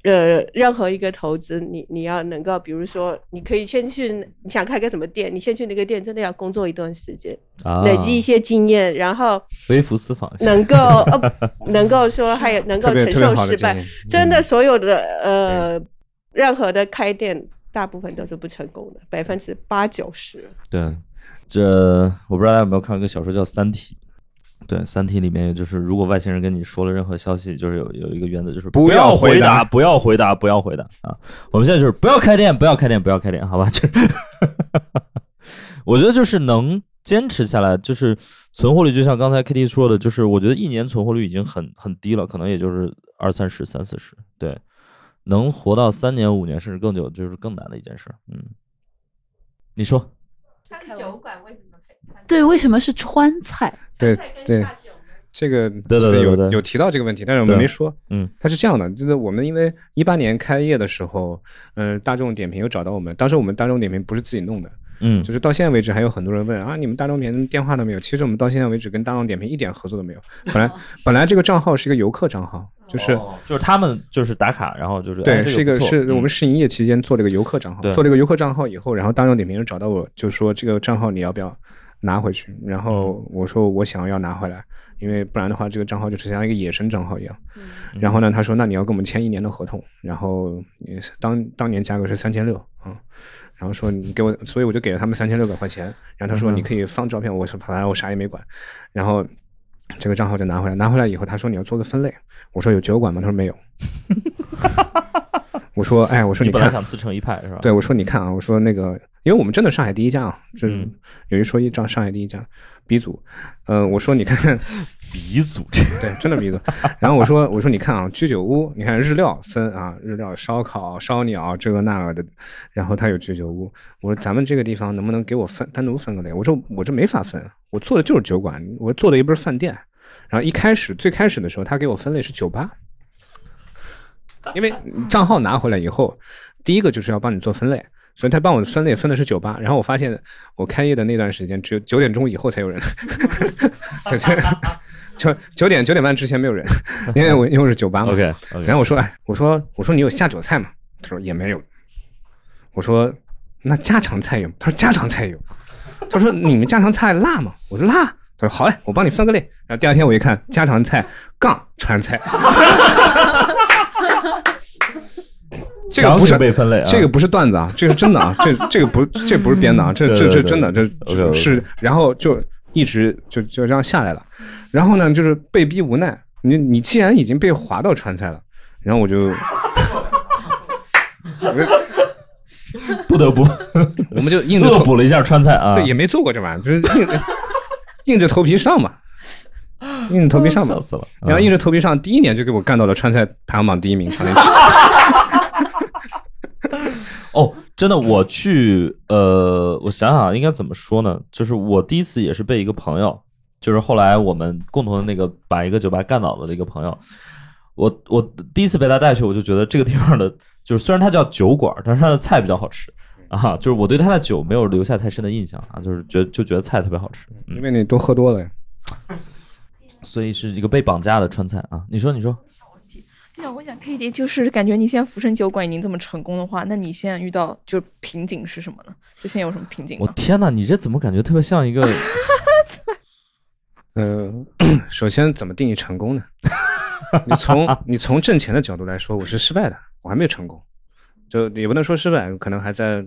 呃，任何一个投资，你你要能够，比如说，你可以先去，你想开个什么店，你先去那个店，真的要工作一段时间，啊，累积一些经验，然后微服私访，能够呃，能够说还有能够特别承啊特别受好失的建败，议。嗯真的所有的呃，任何的开店，大部分都是不成功的，百分之八九十。对，这我不知道大家有没有看过一个小说叫《三体》。对，《三体》里面就是，如果外星人跟你说了任何消息，就是有有一个原则，就是不要要回回答答，不要回答，不要回答啊！我们现在就是不要开店，不要开店，不要开店，好吧？就是 我觉得就是能坚持下来，就是存活率，就像刚才 KT 说的，就是我觉得一年存活率已经很很低了，可能也就是二三十、三四十，对，能活到三年、五年甚至更久，就是更难的一件事儿。嗯，你说，酒馆为什么？对，为什么是川菜？ 对对，这个对对对有对对有提到这个问题，但是我对们没说。嗯，它是这样的，就是我们因为一八年开业的时候，嗯、大众点评又找到我们，当时我们大众点评不是自己弄的，嗯就是到现在为止还有很多人问啊，你们大众点评电话都没有？其实我们到现在为止跟大众点评一点合作都没有。本 哦来本来这个账号是一个游客账号，就是。哦就是他们就是打卡，然后就是哎对，这是一个个不错是嗯我们试营业期间做了一个游客账号对，做了一个游客账号以后，然后大众点评人找到我，就说这个账号你要不要拿回去？然嗯后我说我想要拿回来，因为不然的话这个账号就是像一个野生账号一样。嗯然后呢，他说那你要跟我们签一年的合同，然后你当当年价格是三千六啊。然后说你给我，所以我就给了他们三千六百块钱。然后他说嗯你可以放照片，我说反正我啥也没管。然后这个账号就拿回来，拿回来以后他说你要做个分类，我说有酒馆吗？他说 没有。我说哎，我说你你本来看，想自成一派是吧？对，我说你看啊，我说那个，因为我们真的上海第一家啊，就是嗯有一说一，上上海第一家鼻祖。呃，我说你看，鼻祖，对，真的鼻祖。 然后我说我说你看啊，居酒屋，你看日料分啊，日料、烧烤、烧鸟这个那个的，然后它有居酒屋。我说咱们这个地方能不能给我分单独分个类？我说我这没法分，我做的就是酒馆，我做的又不是饭店。然后一开始最开始的时候，他给我分类是酒吧，因为账号拿回来以后，第一个就是要帮你做分类，所以他帮我分类分的是酒吧。然后我发现我开业的那段时间，只有九点钟以后才有人，对 对，九九点九点半之前没有人，因为我因为我是酒吧嘛。 OK OK，然后我说，哎，我说我说你有下酒菜吗？他说也没有。我说那家常菜有吗？他说家常菜有。他说你们家常菜辣吗？我说辣。他说好嘞，我帮你分个类。然后第二天我一看，家常菜杠川菜， 这个强不是行被分类啊，这个不是段子啊，这是真的啊，这这个不这不是编的啊，这这这真的这这是，然后就一直就就这样下来了，然后呢就是被逼无奈，你你既然已经被划到川菜了，然后我就， 我 不得 不我们就硬着恶头，补了一下川菜啊，对，也没做过这玩意儿，就是硬硬着头皮上吧，硬着头皮上啊吧笑，死了。嗯然后硬着头皮上，第一年就给我干到了川菜排行榜第 一名，常年吃，哦，真的，我去，呃，我想想啊应该怎么说呢？就是我第一次也是被一个朋友，就是后来我们共同的那个把一个酒吧干倒了的一个朋友，我我第一次被他带去，我就觉得这个地方的， 就是虽然它叫酒馆，但是它的菜比较好吃啊，就是我对它的酒没有留下太深的印象啊，就是觉就觉得菜特别好吃，因嗯，为你都喝多了呀。所以是一个被绑架的川菜啊。你说，你说，对啊，我想 K D 就是感觉你现在福盛酒馆已经这么成功的话，那你现在遇到就是瓶颈是什么呢？就现在有什么瓶颈我吗？天哪，你这怎么感觉特别像一个嗯， 首先怎么定义成功 呢？你从你从挣钱的角度来说，我是失败的，我还没有成功，就也不能说失败，可能还在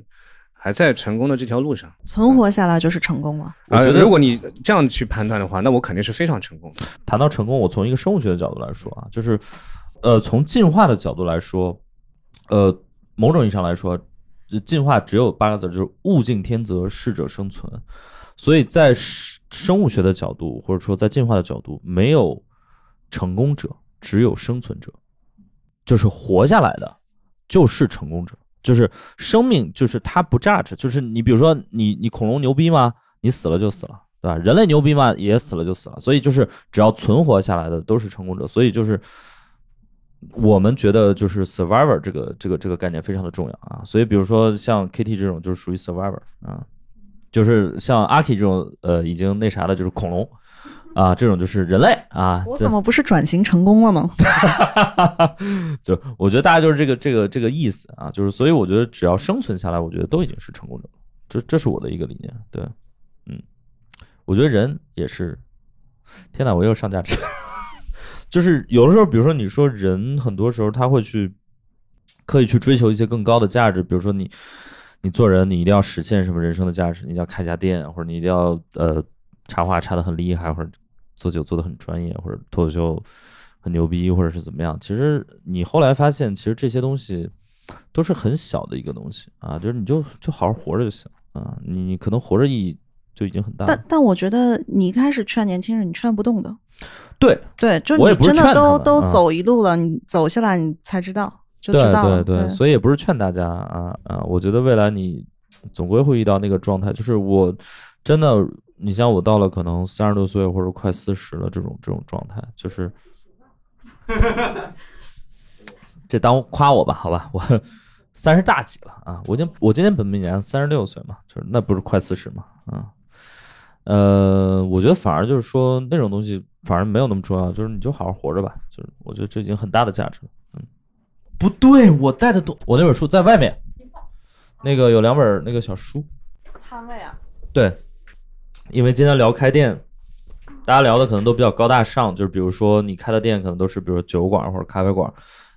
还在成功的这条路上。存活下来就是成功了。啊、觉得如果你这样去判断的话，那我肯定是非常成功的。谈到成功，我从一个生物学的角度来说啊，就是，呃，从进化的角度来说，呃，某种意义上来说，呃进化只有八个字，就是物竞天择，适者生存。所以在生生物学的角度，或者说在进化的角度，没有成功者，只有生存者，就是活下来的就是成功者，就是生命，就是它不榨汁，就是你比如说你你恐龙牛逼吗？你死了就死了，对吧？人类牛逼嘛，也死了就死了。所以就是只要存活下来的都是成功者。所以就是我们觉得就是 survivor 这个这个这个概念非常的重要啊。所以比如说像 KT 这种就是属于 survivor 啊，就是像阿 K 这种呃已经那啥的，就是恐龙啊，这种就是人类啊。我这怎么不是转型成功了呢？ 就我觉得大家就是这个这个这个意思啊，就是所以我觉得只要生存下来，我觉得都已经是成功者了。这这是我的一个理念，对，嗯，我觉得人也是，天哪，我又上价值， 就是有的时候，比如说你说人，很多时候他会去刻意去追求一些更高的价值，比如说你你做人，你一定要实现什么人生的价值，你一定要开家店，或者你一定要呃插画插的很厉害，或者做酒做的很专业，或者脱口秀很牛逼，或者是怎么样。其实你后来发现，其实这些东西都是很小的一个东西啊，就是你就就好好活着就行啊，你你可能活着意义就已经很大了但。但我觉得你一开始劝年轻人，你劝不动的。对对，就我也你不是真劝他的都们都啊走一路了，你走下来你才知道，就对知道对了。对，所以也不是劝大家啊啊，我觉得未来你总归会遇到那个状态，就是我真的，你像我到了可能三十多岁或者快四十了这种这种状态， 就是这当夸我吧，好吧，我 三十大几了啊，我已经我今年本命年三十六岁嘛，就是那不是快四十嘛啊，呃，我觉得反而就是说那种东西反而没有那么重要，就是你就好好活着吧，就是我觉得这已经很大的价值了。不对，我带的多，我那本书在外面，那个有两本那个小书。摊位啊，对，因为今天聊开店，大家聊的可能都比较高大上，就是比如说你开的店可能都是比如酒馆或者咖啡馆，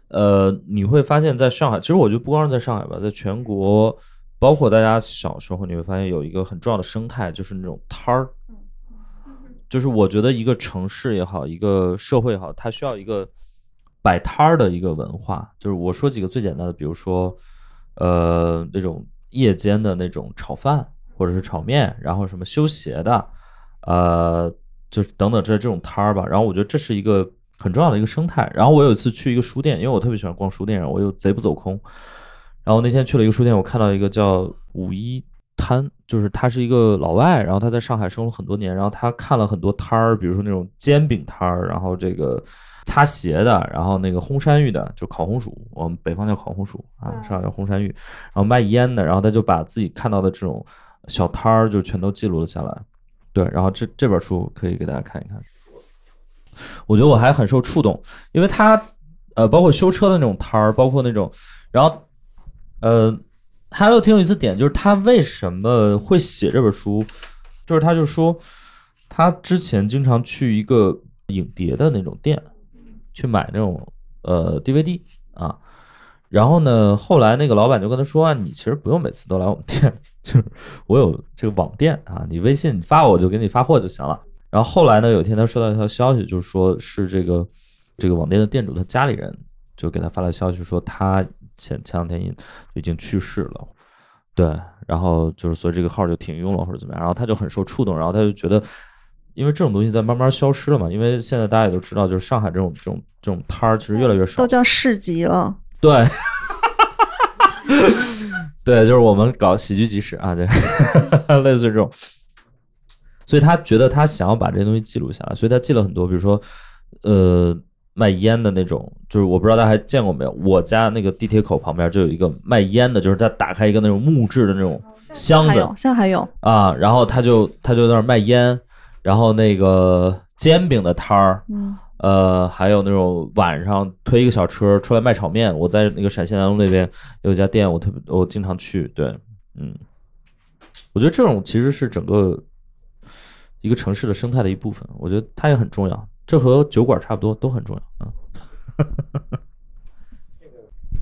呃，你会发现在上海，其实我觉得不光是在上海吧，在全国，包括大家小时候，你会发现有一个很重要的生态，就是那种摊儿。就是我觉得一个城市也好，一个社会也好，它需要一个摆摊儿的一个文化。就是我说几个最简单的，比如说，呃，那种夜间的那种炒饭或者是炒面，然后什么修鞋的，呃，就是等等这这种摊儿吧。然后我觉得这是一个很重要的一个生态。然后我有一次去一个书店，因为我特别喜欢逛书店，我又贼不走空。然后那天去了一个书店，我看到一个叫五一摊，就是他是一个老外，然后他在上海生活了很多年，然后他看了很多摊儿，比如说那种煎饼摊儿，然后这个擦鞋的，然后那个烘山芋的，就烤红薯，我们北方叫烤红薯啊，上海叫烘山芋，然后卖烟的，然后他就把自己看到的这种小摊儿就全都记录了下来。对，然后这这本书可以给大家看一看。我觉得我还很受触动，因为他呃，包括修车的那种摊儿，包括那种，然后呃，还有挺有意思的点就是他为什么会写这本书，就是他就说。他之前经常去一个影碟的那种店去买那种呃 DVD 啊。然后呢，后来那个老板就跟他说啊，你其实不用每次都来我们店， 就是我有这个网店啊，你微信发我就给你发货就行了。然后后来呢，有一天他收到一条消息，就是说是这个这个网店的店主他家里人就给他发了消息，说他前前两天已已经去世了。对，然后就是所以这个号就停用了或者怎么样，然后他就很受触动，然后他就觉得，因为这种东西在慢慢消失了嘛，因为现在大家也都知道，就是上海这种这种这种摊儿其实越来越少都，叫市集了。对， 对，就是我们搞喜剧即时啊，对， 类似这种。所以他觉得他想要把这些东西记录下来，所以他记了很多，比如说，呃，卖烟的那种，就是我不知道大家还见过没有，我家那个地铁口旁边就有一个卖烟的，就是他打开一个那种木质的那种箱还子有，哦现在还有，啊，然后他就他就在那儿卖烟，然后那个煎饼的摊儿，嗯，呃，还有那种晚上推一个小车出来卖炒面，我在那个陕西南路那边有一家店，我特别我经常去。对，嗯，我觉得这种其实是整个一个城市的生态的一部分，我觉得它也很重要。这和酒馆差不多，都很重要啊。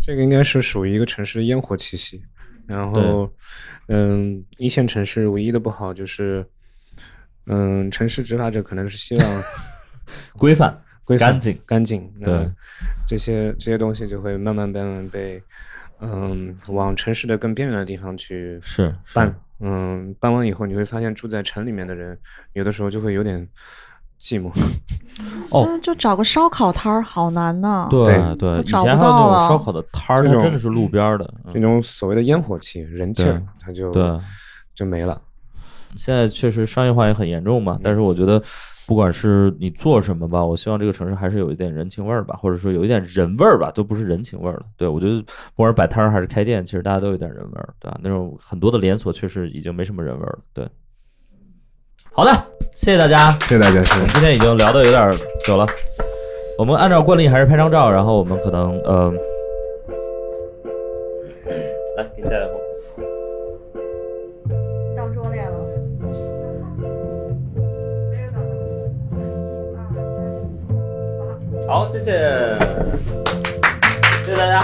这个应该是属于一个城市的烟火气息。然后，嗯，一线城市唯一的不好就是，嗯，城市执法者可能是希望规范，规范干净干净，那对这些这些东西就会慢慢慢慢被，嗯，往城市的更边缘的地方去是是办。嗯，办完以后你会发现，住在城里面的人有的时候就会有点寂寞。哦现在就找个烧烤摊儿好难呐、对对对，都以找前不还有到那种了烧烤的摊儿，这它种真的是路边儿的。 那嗯、种所谓的烟火气、人气儿对，它就对。就没了。现在确实商业化也很严重嘛，但是我觉得，不管是你做什么吧，我希望这个城市还是有一点人情味儿吧，或者说有一点人味儿吧，都不是人情味儿了。对我觉得，不管是摆摊儿还是开店，其实大家都有点人味儿，对吧？那种很多的连锁确实已经没什么人味儿了。对，好的，谢谢大家，谢谢大家，谢我谢们。今天已经聊的有点久了，我们按照惯例还是拍张照，然后我们可能呃，来给大家伙。到桌面了。好，谢谢，谢谢大家。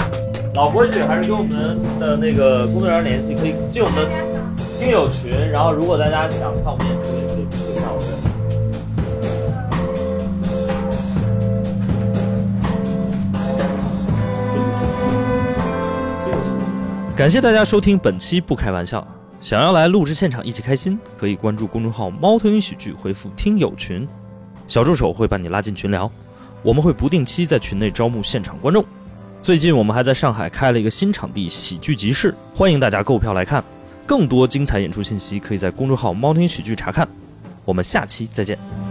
老规矩，还是跟我们的那个工作人员联系，可以进我们的听友群。然后，如果大家想看我们演出，也可以去看我们。感谢大家收听本期《不开玩笑》。想要来录制现场一起开心，可以关注公众号“猫头鹰喜剧”，回复“听友群”，小助手会把你拉进群聊。我们会不定期在群内招募现场观众。最近我们还在上海开了一个新场地——喜剧集市，欢迎大家购票来看。更多精彩演出信息可以在公众号“猫天喜剧”查看。我们下期再见。